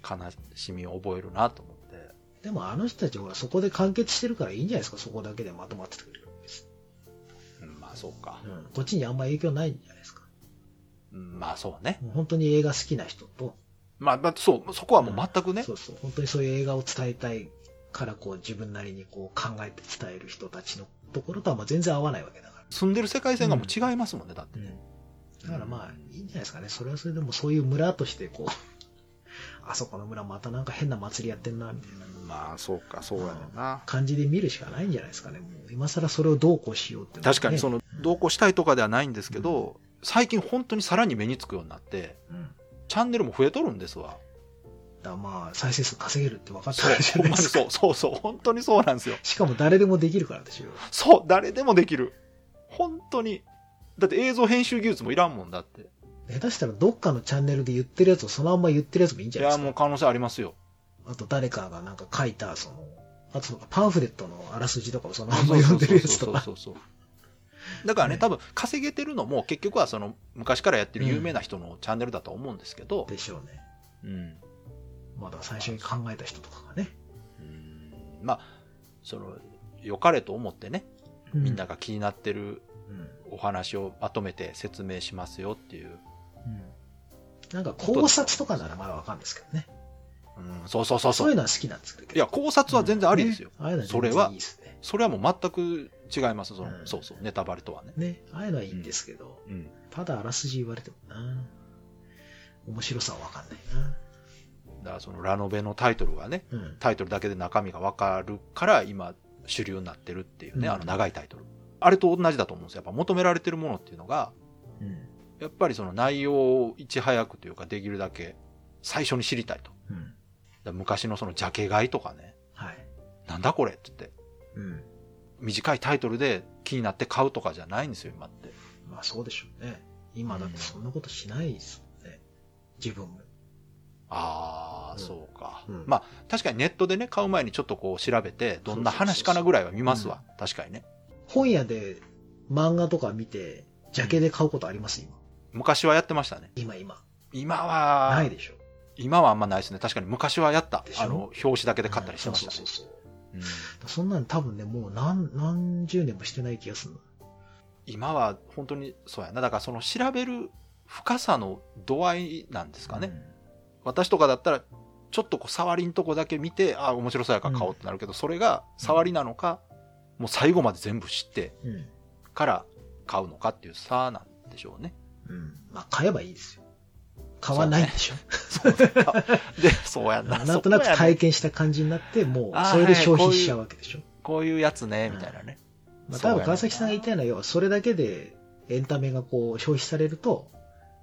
Speaker 1: 悲しみを覚えるなと思って。
Speaker 2: でもあの人たちほらそこで完結してるからいいんじゃないですかそこだけでまとまっててくれる、
Speaker 1: うんまあそうか
Speaker 2: う。ん、こっちにあんま影響ないんじゃないですか
Speaker 1: うんまあそうね。
Speaker 2: もう本当に映画好きな人と、
Speaker 1: まあ、まあ、そう、そこはもう全くね
Speaker 2: そ、うそう本当にそういう映画を伝えたいからこう自分なりにこう考えて伝える人たちのところとはまあ全然合わないわけだから
Speaker 1: 住んでる世界線がもう違いますもんね、だってね。
Speaker 2: だからまあ、いいんじゃないですかね。それはそれでも、そういう村として、こう、 あそこの村またなんか変な祭りやってんな、みたいな
Speaker 1: まあそうか、そうやねんな。
Speaker 2: 感じで見るしかないんじゃないですかね。もう今更それをどうこうしようって、
Speaker 1: 確かにその、同
Speaker 2: う、
Speaker 1: 行したいとかではないんですけど、最近本当にさらに目につくようになって、
Speaker 2: うん。だ
Speaker 1: チャンネルも増えとるんですわ。
Speaker 2: からまあ、再生数稼げるって分かって
Speaker 1: そう
Speaker 2: るじ、ゃ
Speaker 1: ほ
Speaker 2: なんい
Speaker 1: ま
Speaker 2: で
Speaker 1: に
Speaker 2: すか。
Speaker 1: そう、そうそう、本当にそうなんですよ。
Speaker 2: しかも誰でもできるからでしょ。
Speaker 1: そう、誰でもできる。本当に。だって映像編集技術もいらんもんだって。
Speaker 2: 下手したらどっかのチャンネルで言ってるやつをそのまんま言ってるやつもいいんじ
Speaker 1: い
Speaker 2: ゃない
Speaker 1: や、
Speaker 2: ですか。
Speaker 1: もう可能性ありますよ。
Speaker 2: あと誰かがなんか書いた、その、あとパンフレットのあらすじとかをそのまんま読んでるやつとか。
Speaker 1: そうそうそうそうだからね
Speaker 2: ね
Speaker 1: 多分稼げてるのも結局はその昔からやってる有名な人のチャンネルだと思うんですけど、
Speaker 2: でしょうね。
Speaker 1: うん
Speaker 2: まだ最初に考えた人とかがね。
Speaker 1: うんまあその良かれと思ってねみんなが気になってる
Speaker 2: うん。
Speaker 1: お話をまとめて説明しますよっていう
Speaker 2: なんか考察とかならまだわかるんですけどね。
Speaker 1: うん、そうそうそう
Speaker 2: そ
Speaker 1: そ。
Speaker 2: ういううのは好きなんですけど。
Speaker 1: いや、考察は全然ありですよ。
Speaker 2: うん。ねああいうのは全然
Speaker 1: それはい
Speaker 2: いですね。
Speaker 1: それはもう全く違います。その、
Speaker 2: うん
Speaker 1: そうそう、ネタバレとはね。
Speaker 2: ね、ああいうのはいいんですけど、
Speaker 1: うん。
Speaker 2: ただあらすじ言われてもな、面白さはわかんないな。
Speaker 1: だからそのラノベのタイトルがね、
Speaker 2: うん。
Speaker 1: タイトルだけで中身がわかるから、今、主流になってるっていうね、
Speaker 2: うん
Speaker 1: あの長いタイトル。あれと同じだと思うんですよ。やっぱ求められてるものっていうのが、
Speaker 2: うん。
Speaker 1: やっぱりその内容をいち早くというか、できるだけ最初に知りたいと。だか
Speaker 2: うん。
Speaker 1: ら昔のそのジャケ買いとかね、
Speaker 2: はい。
Speaker 1: なんだこれって言って、
Speaker 2: うん。
Speaker 1: 短いタイトルで気になって買うとかじゃないんですよ、今って。
Speaker 2: まあそうでしょうね。今だってそんなことしないですもんね。自分も。
Speaker 1: ああ、
Speaker 2: うん
Speaker 1: そうか、
Speaker 2: うん
Speaker 1: まあ確かにネットでね買う前にちょっとこう調べてどんな話かなぐらいは見ますわ確かにね
Speaker 2: 本屋で漫画とか見て、ジャケで買うことあります今。
Speaker 1: 昔はやってましたね
Speaker 2: 今今。
Speaker 1: 今
Speaker 2: な
Speaker 1: はい
Speaker 2: でしょ。
Speaker 1: 今はあんまないですね確かに昔はやった
Speaker 2: でしょ
Speaker 1: あの表紙だけで買ったりしてました
Speaker 2: そ
Speaker 1: ね
Speaker 2: うそうそうそう。
Speaker 1: うん
Speaker 2: そんなん多分ね、もう何、何十年もしてない気がするの。
Speaker 1: 今は本当にそうやなだからその調べる深さの度合いなんですかね、私とかだったらちょっとこう触りんとこだけ見てああ面白そうやから買おうってなるけど、それが触りなのか、もう最後まで全部知って
Speaker 2: うん。うん。
Speaker 1: から買うのかっていう差なんでしょうね
Speaker 2: うん。まあ買えばいいですよ。買わないでしょ。
Speaker 1: そうだったで、そうやんな。
Speaker 2: なんとな
Speaker 1: そ
Speaker 2: く
Speaker 1: こやね
Speaker 2: 体験した感じになって、もう
Speaker 1: あー
Speaker 2: それで消
Speaker 1: はいこう
Speaker 2: 費
Speaker 1: いう
Speaker 2: しちゃうわけでしょ。
Speaker 1: こういうやつね、みたいなね。
Speaker 2: まあ、
Speaker 1: そうや
Speaker 2: 多
Speaker 1: ね
Speaker 2: 分川崎さんが言いたいのは、要はそれだけでエンタメがこう消費されると、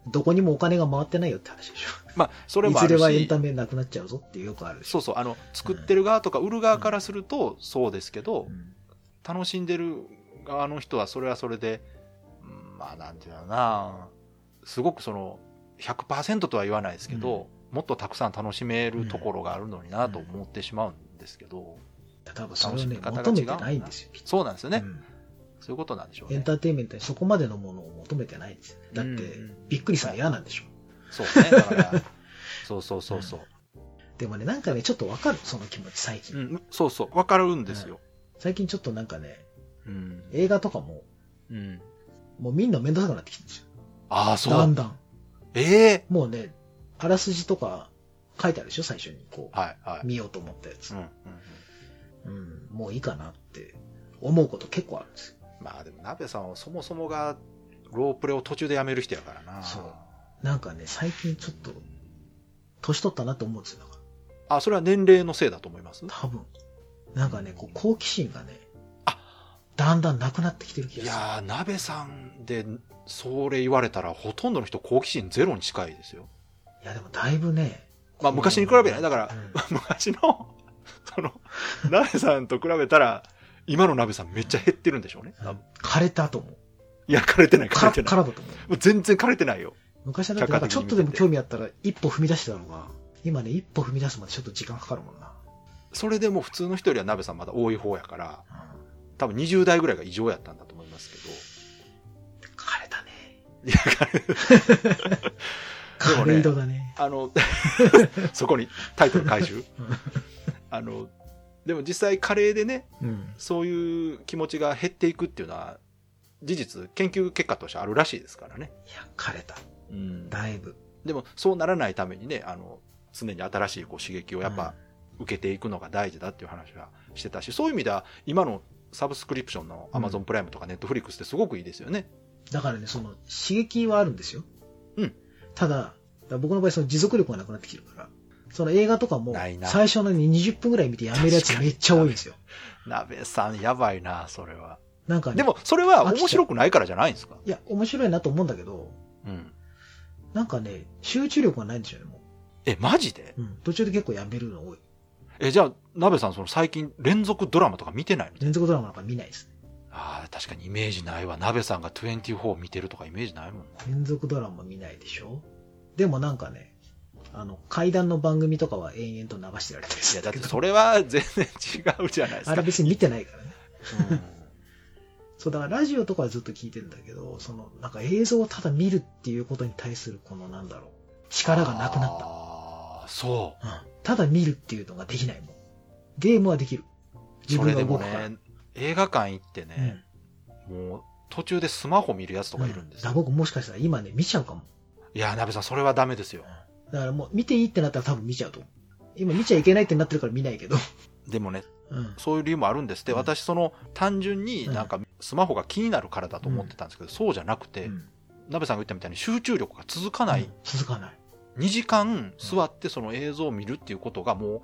Speaker 2: どこにもお金が回ってないよって話でしょ。
Speaker 1: まあ、それ
Speaker 2: い
Speaker 1: もあ
Speaker 2: ずれ
Speaker 1: る
Speaker 2: はエン
Speaker 1: し
Speaker 2: タ、メなくなっちゃうぞってよくあるでしょ。
Speaker 1: そうそう、あの、作ってる側とか売る側からすると、そうですけど、
Speaker 2: うん
Speaker 1: 楽しんでる側の人は、それはそれで、うんまあ、なんていうのかな、すごくその、100%とは言わないですけど、もっとたくさん楽しめるところがあるのになと思ってしまうんですけど、
Speaker 2: 多分それを
Speaker 1: 楽しみ
Speaker 2: ね、
Speaker 1: 方が
Speaker 2: 求
Speaker 1: 違う
Speaker 2: め
Speaker 1: んだ
Speaker 2: てないんですよ、きっ
Speaker 1: そうなんですよ
Speaker 2: と
Speaker 1: ね、
Speaker 2: うん
Speaker 1: そういうことなんでしょう
Speaker 2: エン
Speaker 1: ね。
Speaker 2: ターテインメントにそこまでのものを求めてないんですよ。だっ
Speaker 1: う
Speaker 2: て
Speaker 1: んうん、
Speaker 2: びっくりするの嫌なんでしょ。
Speaker 1: そうね、だから、そうそうそうそう。
Speaker 2: でもね、なんかね、ちょっとわかる、その気持ち、最
Speaker 1: う
Speaker 2: 近。
Speaker 1: ん、そうそう、わかるんですよ。
Speaker 2: 最近ちょっとなんかね、
Speaker 1: うん。
Speaker 2: 映画とかも、
Speaker 1: うん。
Speaker 2: もうみんな面倒くさくなってきてるんですよ。
Speaker 1: ああ、そう。
Speaker 2: だんだん。
Speaker 1: ええ
Speaker 2: もうね、あらすじとか書いてあるでしょ、最初に。こう、
Speaker 1: はいはい。
Speaker 2: 見ようと思ったやつ
Speaker 1: うん。うんうん
Speaker 2: うん、もういいかなって思うこと結構あるんですよ。
Speaker 1: まあでも、鍋さんはそもそもがロープレを途中でやめる人やからな。
Speaker 2: そうなんかね、最近ちょっと、年取ったなって思うんですよ。だから
Speaker 1: あ、それは年齢のせいだと思います
Speaker 2: 多分。なんかね、こう好奇心がね
Speaker 1: あ、
Speaker 2: だんだんなくなってきてる気
Speaker 1: い
Speaker 2: がする。
Speaker 1: やー、鍋さんで、それ言われたら、ほとんどの人好奇心ゼロに近いですよ。
Speaker 2: いや、でもだいぶね、
Speaker 1: まあ昔に比べね、だから
Speaker 2: う、
Speaker 1: 昔の、その、鍋さんと比べたら、今の鍋さんめっちゃ減ってるんでしょうね。
Speaker 2: ん
Speaker 1: 多分
Speaker 2: 枯れたと思う。
Speaker 1: いや、枯れてない、枯
Speaker 2: か
Speaker 1: れてない。
Speaker 2: からだと思う。
Speaker 1: もう全然枯れてないよ。
Speaker 2: 昔はだってなんかちょっとでも興味あったら一歩踏み出してたのが、今ね、一歩踏み出すまでちょっと時間かかるもんな。
Speaker 1: それでも普通の人よりは鍋さんまだ多い方やから、
Speaker 2: うん
Speaker 1: 多分20代ぐらいが異常やったんだと思いますけど。
Speaker 2: 枯れたね。
Speaker 1: いや、でもね
Speaker 2: 枯れ色がね。
Speaker 1: あの、 そこにタイトル回収
Speaker 2: うん
Speaker 1: あの、でも実際カレーでね、
Speaker 2: うん。
Speaker 1: そういう気持ちが減っていくっていうのは、事実、研究結果としてあるらしいですからね。
Speaker 2: いや、枯れた。
Speaker 1: うん
Speaker 2: だいぶ。
Speaker 1: でも、そうならないためにね、あの、常に新しいこう刺激をやっぱ受けていくのが大事だっていう話はしてたし、そういう意味では、今のサブスクリプションの
Speaker 2: うん
Speaker 1: Amazon プライムとか Netflix ってすごくいいですよね。
Speaker 2: だからね、その、刺激はあるんですよ。
Speaker 1: うん。
Speaker 2: ただ、だから僕の場合、その持続力がなくなってきてるから、その映画とかも
Speaker 1: ない、な
Speaker 2: 最初のね20分ぐらい見てやめるやつ
Speaker 1: 確かに
Speaker 2: めっちゃ多いんですよ。
Speaker 1: 鍋さん、やばいな、それは。
Speaker 2: なんかね、
Speaker 1: で、も、それは面白くないからじゃないんですか。
Speaker 2: いや、面白いなと思うんだけど、
Speaker 1: うん。
Speaker 2: なんかね、集中力がないんですよね、も
Speaker 1: え、マジで
Speaker 2: う。うん。途中で結構やめるの多い。
Speaker 1: え、じゃあ、鍋さん、その最近連続ドラマとか見てないの
Speaker 2: 連続ドラマなんか見ないですね。
Speaker 1: ああ、確かにイメージないわ。鍋さんが24見てるとかイメージないもんな。
Speaker 2: 連続ドラマ見ないでしょでもなんかね、あの、怪談の番組とかは延々と流してられたり
Speaker 1: い
Speaker 2: す
Speaker 1: や、
Speaker 2: る
Speaker 1: だ
Speaker 2: ん
Speaker 1: っ
Speaker 2: け
Speaker 1: て
Speaker 2: ど
Speaker 1: それは全然違うじゃないですか。
Speaker 2: あれ別に見てないからね。
Speaker 1: うん
Speaker 2: そう、だからラジオとかはずっと聞いてんだけど、その、なんか映像をただ見るっていうことに対する、このなんだろう、力がなくなった。
Speaker 1: ああ、そ
Speaker 2: うん。ただ見るっていうのができないもん。ゲームはできる。
Speaker 1: う。
Speaker 2: 自
Speaker 1: それ
Speaker 2: 分
Speaker 1: で
Speaker 2: が動
Speaker 1: も
Speaker 2: くから。
Speaker 1: ね、映画館行って
Speaker 2: うん
Speaker 1: ね、もう途中でスマホ見るやつとかいるんです
Speaker 2: だから
Speaker 1: よ。
Speaker 2: 僕もしかしたら今ね、見ちゃうかも。
Speaker 1: いや、鍋さん、それはダメですよ。
Speaker 2: だからもう見ていいってなったら多分見ちゃうと思う。今見ちゃいけないってなってるから見ないけど。
Speaker 1: でもね、
Speaker 2: うん。
Speaker 1: そういう理由もあるんですって、
Speaker 2: うん
Speaker 1: 私、その単純になんかスマホが気になるからだと思ってたんですけど、そうじゃなくて、
Speaker 2: うん
Speaker 1: なべさんが言ったみたいに集中力が続かない、
Speaker 2: うん続かない。
Speaker 1: 2時間座ってその映像を見るっていうことがもう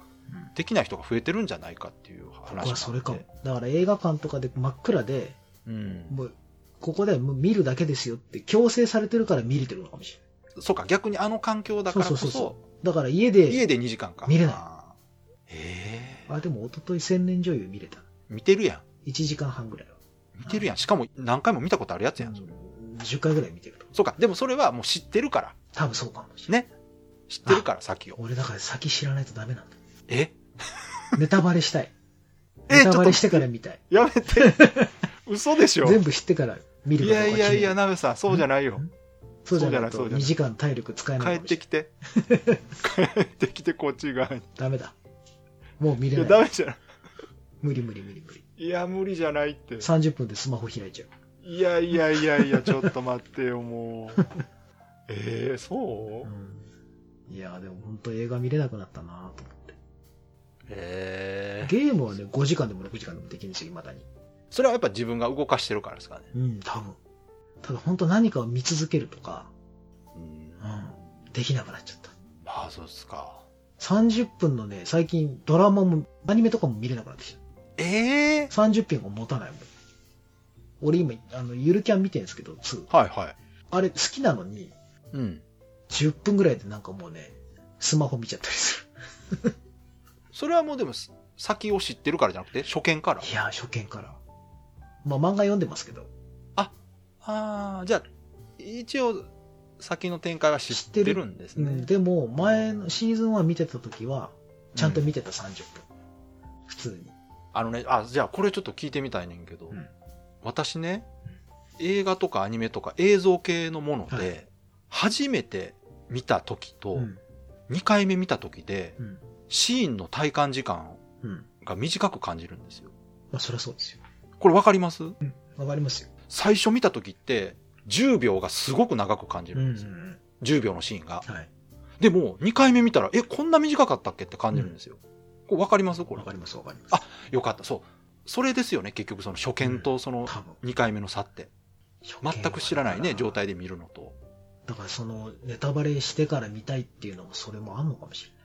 Speaker 1: できない人が増えてるんじゃないかっていう話
Speaker 2: 僕はそれかも
Speaker 1: なんで。
Speaker 2: だから映画館とかで真っ暗で、
Speaker 1: うん、
Speaker 2: もう、ここでもう見るだけですよって強制されてるから見れてるのかもしれない。
Speaker 1: そうか逆にあの環境だからこそ
Speaker 2: そうそうだから家
Speaker 1: 家
Speaker 2: で、
Speaker 1: で2時間か
Speaker 2: 見れない
Speaker 1: あーへえ
Speaker 2: あ、でも一昨日千年女優見れた。
Speaker 1: 見てるや
Speaker 2: 1時間半ぐらいは。
Speaker 1: ん見てるやんしかも何回も見たことあるやつやん、
Speaker 2: うん10回ぐらい見てると。
Speaker 1: そうかでもそれはもう知ってるから
Speaker 2: 多分そうかもしれない。
Speaker 1: ね知ってるから先を
Speaker 2: 俺だから先知らないとダメなんだ。
Speaker 1: え
Speaker 2: ネタバレしたい。
Speaker 1: え
Speaker 2: ネ
Speaker 1: ちょ
Speaker 2: タ
Speaker 1: っ
Speaker 2: バ
Speaker 1: と
Speaker 2: レしてから見たい。
Speaker 1: や めて嘘でしょ
Speaker 2: 全部知ってから見る
Speaker 1: い
Speaker 2: かどう
Speaker 1: や
Speaker 2: か
Speaker 1: い
Speaker 2: 決め
Speaker 1: や
Speaker 2: る
Speaker 1: いや、なべさん、そうじゃないよ
Speaker 2: ん。そうじゃない
Speaker 1: そ
Speaker 2: と
Speaker 1: うじゃないそうじゃな
Speaker 2: 2
Speaker 1: い
Speaker 2: 時間体力使え
Speaker 1: 帰
Speaker 2: ない
Speaker 1: っ
Speaker 2: かもしてれない
Speaker 1: き て。帰ってきて、こっち側に。
Speaker 2: ダメだ。もう見
Speaker 1: い
Speaker 2: れ
Speaker 1: や、
Speaker 2: な
Speaker 1: ダ
Speaker 2: い。
Speaker 1: メじゃない。
Speaker 2: 無理無理無理無理。
Speaker 1: いや、無理じゃないって。
Speaker 2: 30分でスマホ開いちゃう。
Speaker 1: いやいやいやいや、ちょっと待ってよ、もう。 えー、そう
Speaker 2: うん、いやでも本当映画見れなくなったなと思って。
Speaker 1: えー、
Speaker 2: ゲームはね、5時間でも6時間でもできるんですよ、未だに。
Speaker 1: それはやっぱ自分が動かしてるからですかね。
Speaker 2: うん、多分。ただ本当何かを見続けるとか、
Speaker 1: うん
Speaker 2: うん
Speaker 1: ま、
Speaker 2: できなくなっちゃった。
Speaker 1: あ、そうですか。
Speaker 2: 30分のね、最近ドラマも、アニメとかも見れなくなってきた。
Speaker 1: ええ
Speaker 2: 30分が持たないもん。俺今、あの、ゆるキャン見てるんですけど、2。
Speaker 1: はいはい。
Speaker 2: あれ好きなのに、
Speaker 1: うん。
Speaker 2: 10分ぐらいでなんかもうね、スマホ見ちゃったりす
Speaker 1: それはもうでも、先を知ってるからじゃなくて、初見から
Speaker 2: る。。いやー、初見から。まあ漫画読んでますけど、
Speaker 1: ああ、じゃあ、一応、先の展開は知ってるんです
Speaker 2: う
Speaker 1: ね。
Speaker 2: ん、でも前のシーズン1見てた時は、ちゃんと見てた30分。普通に。
Speaker 1: あのね、あ、じゃあこれちょっと聞いてみたいねんけど、
Speaker 2: うん
Speaker 1: 私ね、映画とかアニメとか映像系のもので、
Speaker 2: はい
Speaker 1: 初めて見た時と
Speaker 2: うん。
Speaker 1: 2回目見た時で、
Speaker 2: うん。
Speaker 1: シーンの体感時間
Speaker 2: うん。
Speaker 1: が短く感じるんですよ。
Speaker 2: まあそりゃそうですよ。
Speaker 1: これわかります
Speaker 2: わかりますよ。
Speaker 1: 最初見た時って、10秒がすごく長く感じ
Speaker 2: う
Speaker 1: る
Speaker 2: んうんん
Speaker 1: ですよ。
Speaker 2: うん。
Speaker 1: 10秒のシーンが。
Speaker 2: はい。
Speaker 1: でも、2回目見たら、え、こんな短かったっけって感じるんですよ。これわかりますこれ
Speaker 2: わか。りますわかります。
Speaker 1: あよかった。そう。それですよね。結局、その初見とその
Speaker 2: 多分。
Speaker 1: 2回目の差って。全く知らないね、状。態で見るのと。
Speaker 2: だからその、ネタバレしてから見たいっていうのもそれもあんのかもしれない。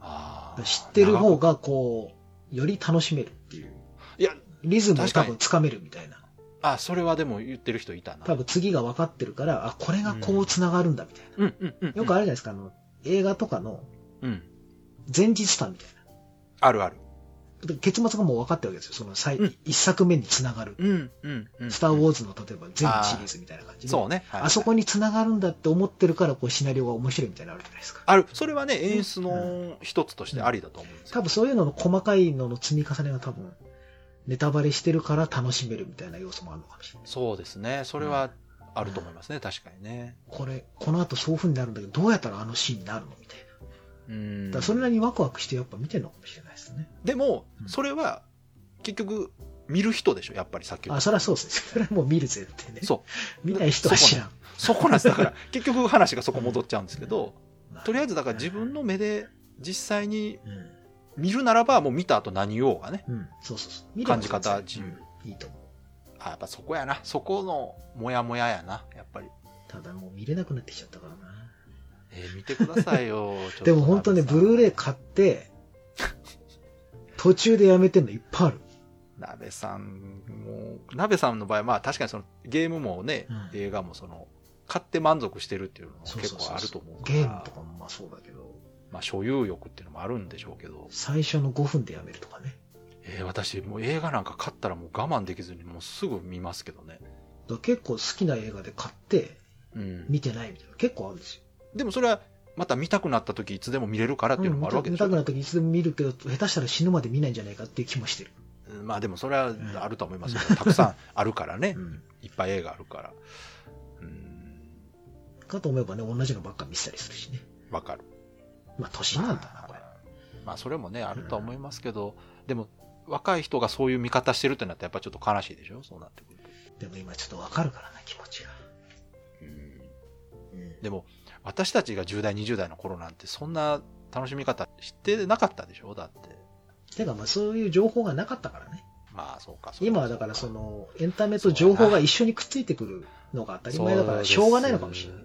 Speaker 1: あ
Speaker 2: だ
Speaker 1: ー
Speaker 2: から知ってる方
Speaker 1: 長く
Speaker 2: がこう、より楽しめるっていう。
Speaker 1: いや、
Speaker 2: リズムを
Speaker 1: 確か
Speaker 2: 多
Speaker 1: に
Speaker 2: 分つかめるみたいな。
Speaker 1: あ、それはでも言ってる人いたな。
Speaker 2: 多分次が分かってるから、あ、これがこう繋がるんだみたい
Speaker 1: うんうんうん。
Speaker 2: な。よくあるじゃないですか、あの、映画とかの
Speaker 1: うん。
Speaker 2: 前日談みたいな。
Speaker 1: あるある。
Speaker 2: で結末がもう分かってるわけですよ。その最、
Speaker 1: うん
Speaker 2: 一作目に繋がる。
Speaker 1: うんうんうん。
Speaker 2: スター・ウ
Speaker 1: ー
Speaker 2: ォーズの例えば全シリーズみたいな感じで。
Speaker 1: そうね。はい
Speaker 2: あそこに繋がるんだって思ってるから、こうシナリオが面白いみたいなのあるじゃないですか。
Speaker 1: ある。それはね、演出の一つとしてありだと思うんですよ
Speaker 2: 多分そういうのの細かいのの積み重ねが多分、ネタバレしてるから楽しめるみたいな要素もあるのかもしれない。
Speaker 1: そうですね。それはあると思いますね、確かにね。
Speaker 2: これ、この後そういう風になるんだけど、どうやったらあのシーンになるのみたいな。
Speaker 1: うん
Speaker 2: だからそれなりにワクワクしてやっぱ見てるのかもしれないですね。
Speaker 1: でも
Speaker 2: う、ん
Speaker 1: それは、結局、見る人でしょ、やっぱりさっき言
Speaker 2: あ、
Speaker 1: った
Speaker 2: それはそうですね。それはもう見る前提ね。
Speaker 1: そ
Speaker 2: 見ない人は知らん。
Speaker 1: そこなんです。だ から、結局話がそこ戻っちゃうんですけど、とりあえずだから自分
Speaker 2: の。
Speaker 1: の目で実際に
Speaker 2: うん
Speaker 1: 見るならば、もう見た後何言おうがね。
Speaker 2: うん、そうそうそう。
Speaker 1: 感じ方自由
Speaker 2: うんいいと思う。
Speaker 1: あやっぱそこやな。そこのモヤモヤやな、やっぱり。
Speaker 2: ただもう見れなくなってきちゃったからな。
Speaker 1: えー見てください よ。ちょっと
Speaker 2: でも本当ね、
Speaker 1: 鍋
Speaker 2: ブ
Speaker 1: さん
Speaker 2: ルーレイ買って、途中でやめてんのいっぱいある。
Speaker 1: 鍋さん、もう、鍋さんの場合、まあ確かにそのゲームもね、
Speaker 2: うん
Speaker 1: 映画もその、買って満足してるっていうのも
Speaker 2: そう
Speaker 1: 結
Speaker 2: そうそう
Speaker 1: 構あると思うから
Speaker 2: ゲームとかもまあそうだけど、
Speaker 1: まあ所有欲っていうのもあるんでしょうけど、
Speaker 2: 最初の5分でやめるとかね。
Speaker 1: えー私もう映画なんか買ったらもう我慢できずにもうすぐ見ますけどね。
Speaker 2: だから結構好きな映画で買って、
Speaker 1: うん。
Speaker 2: 見てないみたいな。結構あるんですよ。
Speaker 1: でもそれは、また見たくなった時いつでも見れるからっていうのもあるわけ
Speaker 2: う
Speaker 1: で
Speaker 2: ん見
Speaker 1: しょ、
Speaker 2: たくなった時いつでも見るけど、下手したら死ぬまで見ないんじゃないかっていう気もしてる。
Speaker 1: うんまあでもそれはあると思います よ。たくさんあるからね
Speaker 2: う。ん。
Speaker 1: いっぱい映画あるから。うん、
Speaker 2: かと思えばね、同じのばっか見せたりするしね。
Speaker 1: わかる。
Speaker 2: まあ年なんだな、これ。
Speaker 1: まあ、それもね、あるとは思いますけど、でも、若い人がそういう見方してるってなったら、やっぱちょっと悲しいでしょそうなってくると。
Speaker 2: でも今ちょっとわかるからな、気持ちが。
Speaker 1: うん
Speaker 2: うん
Speaker 1: でも、私たちが10代、20代の頃なんて、そんな楽しみ方知ってなかったでしょだって。
Speaker 2: てかまあそういう情報がなかったからね。
Speaker 1: まあ、そうか。
Speaker 2: 今はだからそのエンタメと情報が一緒にくっついてくるのが当たり前だからしょうがないのかもしれない。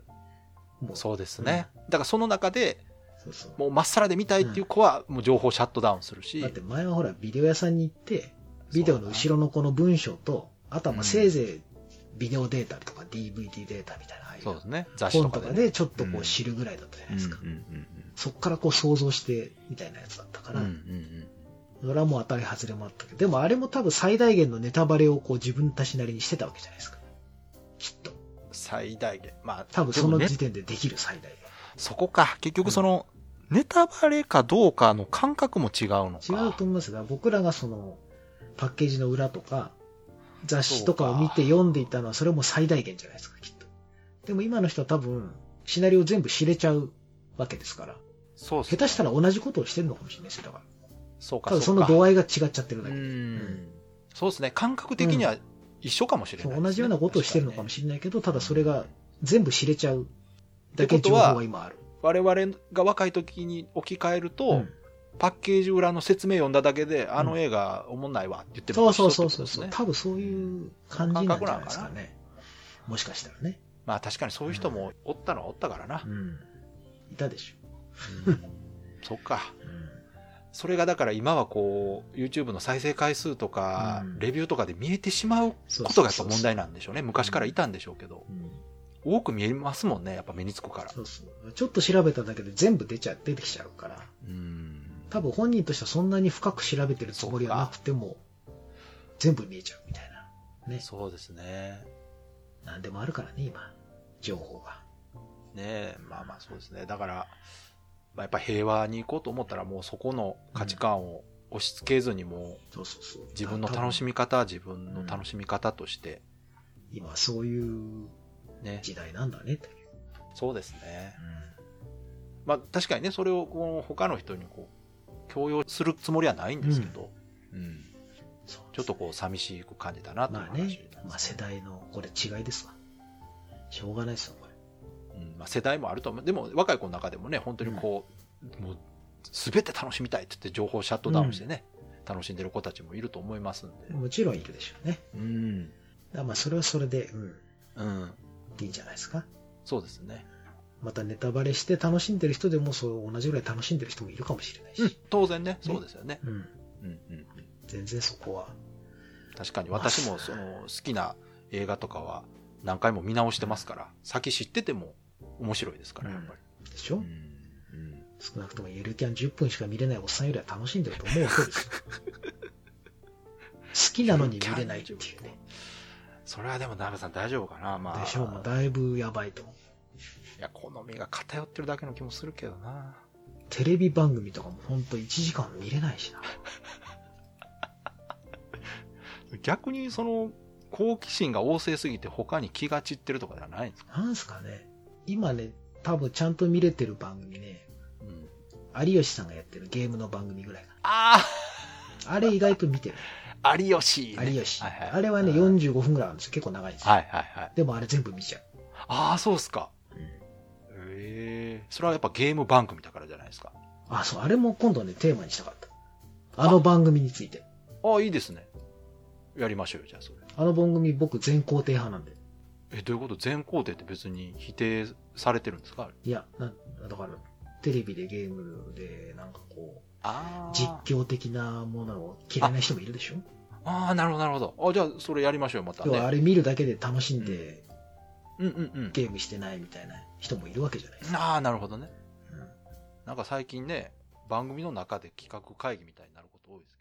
Speaker 2: もう
Speaker 1: そうですね。だからその中で、
Speaker 2: そうそう
Speaker 1: もうまっさらで見たいっていう子は、もう情報シャットダウンするし
Speaker 2: だっ、て前はほらビデオ屋さんに行ってビデオの後ろのこの文章とあとはまあせいぜいビデオデータとか DVD データみたいなああい
Speaker 1: そう
Speaker 2: う
Speaker 1: ですね。雑誌と
Speaker 2: 本
Speaker 1: か
Speaker 2: と
Speaker 1: で
Speaker 2: か
Speaker 1: ね。
Speaker 2: でちょっとこう知るぐらいだったじゃないですか。
Speaker 1: うんうんうんうん
Speaker 2: そっからこう想像してみたいなやつだったから、
Speaker 1: うんうん
Speaker 2: それはもう当たり外れもあったけど、でもあれも多分最大限のネタバレをこう自分たちなりにしてたわけじゃないですか。きっと。
Speaker 1: うん最大限。まあ、
Speaker 2: 多分
Speaker 1: で
Speaker 2: そ
Speaker 1: も
Speaker 2: の
Speaker 1: ね
Speaker 2: 時点でできる最大
Speaker 1: そこか。結局その、ネタバレかどうかの感覚も違うのか。
Speaker 2: 限。違うと思いますが、僕らがそのパッケージの裏とか、雑誌とかを見て読んでいたのはそれも最大限じゃないですか、きっと。でも今の人は多分、シナリオ全部知れちゃうわけですから、
Speaker 1: そうっす
Speaker 2: 下手したら同じことをしてるのかもしれないですよ、だから。
Speaker 1: そうか
Speaker 2: ただそ
Speaker 1: か
Speaker 2: の度合いが違っちゃってる
Speaker 1: う
Speaker 2: だけで。
Speaker 1: ん。そうですね。感覚的には一緒かもしれない
Speaker 2: そ
Speaker 1: ですね、
Speaker 2: う同じようなことをしてるのかも
Speaker 1: し
Speaker 2: しれないけど、ただそれが全部知れちゃうだけ情報が今ある。
Speaker 1: れない。我々が若い時に置き換えると、
Speaker 2: うん
Speaker 1: パッケージ裏の説明読んだだけで、あの映画おもんないわって言ってるの
Speaker 2: そう
Speaker 1: と一緒
Speaker 2: そう
Speaker 1: って
Speaker 2: そ
Speaker 1: こ
Speaker 2: う
Speaker 1: と
Speaker 2: そう
Speaker 1: です
Speaker 2: そ
Speaker 1: ね。
Speaker 2: う、多分そういう感じなんじゃないですかね。もしかしたらね。
Speaker 1: まあ確かにそういう人もおったのはおったからな
Speaker 2: う。ん。いたでしょ。
Speaker 1: そっか。
Speaker 2: うん
Speaker 1: それがだから今はこう、YouTube の再生回数とか
Speaker 2: う、ん
Speaker 1: レビューとかで見えてしまう
Speaker 2: そう
Speaker 1: ことがやっぱ問題なんでしょうね。昔からいたんでしょうけど。
Speaker 2: うん
Speaker 1: 多く見えますもんね、やっぱ目につくから。
Speaker 2: そうそう。ちょっと調べただけで全部出ちゃ、出てきちゃうから。
Speaker 1: うん。
Speaker 2: 多分本人としてはそんなに深く調べてるつもりはなくても、全部見えちゃうみたいな。ね。
Speaker 1: そうですね。
Speaker 2: なんでもあるからね、今。情報が。
Speaker 1: ねえ、まあまあそうですね。だから、まあ、やっぱ平和に行こうと思ったらもうそこの価値観を押し付けずにも
Speaker 2: そうそうそう。
Speaker 1: う自分の楽し
Speaker 2: み。
Speaker 1: み方、自分の楽しみ方として、
Speaker 2: 今はそういう
Speaker 1: ね。
Speaker 2: 時代なんだねって。
Speaker 1: そうですね。まあ確かにね、それをこう他の人にこう、強要するつもりはないんですけど、うん。
Speaker 2: そう
Speaker 1: ちょっとこう寂しく感じたなという
Speaker 2: まあ
Speaker 1: 話なんです
Speaker 2: ね
Speaker 1: けど、
Speaker 2: まあ世代の、これ違いですわ。しょうがないですよ、これ。
Speaker 1: うんまあ、世代もあると思うでも若い子の中でもね本当にこう、もう全て楽しみたいって言って情報をシャットダウンしてね、楽しんでる子たちもいると思いますんで
Speaker 2: もちろんいるでしょうね。
Speaker 1: うん、
Speaker 2: だからまあそれはそれで、うん、
Speaker 1: うん、
Speaker 2: いいんじゃないですか。
Speaker 1: そうですね、
Speaker 2: またネタバレして楽しんでる人でもそう同じぐらい楽しんでる人もいるかもしれない
Speaker 1: うん
Speaker 2: し。、
Speaker 1: 当然ねそうですよね、
Speaker 2: うん。
Speaker 1: うんうん、
Speaker 2: 全然そこは。
Speaker 1: 確かに私もその好きな映画とかは何回も見直してますから先知ってても面白いですからやっぱり、
Speaker 2: でしょ、
Speaker 1: うんうん
Speaker 2: 少なくともゆるキャン10分しか見れないおっさんよりは楽しんでると思うわけですよ。好きなのに見れないっていうね。
Speaker 1: それはでも鍋さん大丈夫かなまあ
Speaker 2: でしょもうだいぶやばいと思う。
Speaker 1: いや好みが偏ってるだけの気もするけどな
Speaker 2: テレビ番組とかもほんと1時間見れないしな。
Speaker 1: 逆にその好奇心が旺盛すぎて他に気が散ってるとかではないんですか、
Speaker 2: なんすかね。今ね、多分ちゃんと見れてる番組ね、
Speaker 1: うん、
Speaker 2: 有吉さんがやってるゲームの番組ぐらいか
Speaker 1: あ
Speaker 2: な。あれ意外と見てる。
Speaker 1: あ有吉、ね、
Speaker 2: 有吉。
Speaker 1: はいはい、
Speaker 2: あれはね、
Speaker 1: うん
Speaker 2: 45分ぐらいあるんですよ。結構長いんですよ。
Speaker 1: はいはいはい
Speaker 2: でもあれ全部見ちゃう。
Speaker 1: ああそうっすかへえそれはやっぱゲーム番組だからじゃないですか
Speaker 2: あ、そう、あれも今度ね、テーマにしたかった。あの番組について。
Speaker 1: ああいいですねやりましょうよじゃあそれ
Speaker 2: あの番組僕全肯定派なんで。
Speaker 1: えどういうこと全肯定って別に否定されてるんですか
Speaker 2: いや、なんだから、テレビでゲームで、なんかこう、
Speaker 1: あ
Speaker 2: 実
Speaker 1: ー
Speaker 2: 況的なものを嫌いな人もいるでしょ
Speaker 1: あーなるほどなるほどあじゃあそれやりましょうよまた
Speaker 2: 要はあ
Speaker 1: ね
Speaker 2: れ見るだけで楽しんで
Speaker 1: うんうん
Speaker 2: ゲームしてないみたいな人もいるわけじゃない
Speaker 1: う
Speaker 2: です
Speaker 1: ん
Speaker 2: か。
Speaker 1: ああなるほどね
Speaker 2: うん
Speaker 1: なんか最近ね番組の中で企画会議みたいになること多いですけど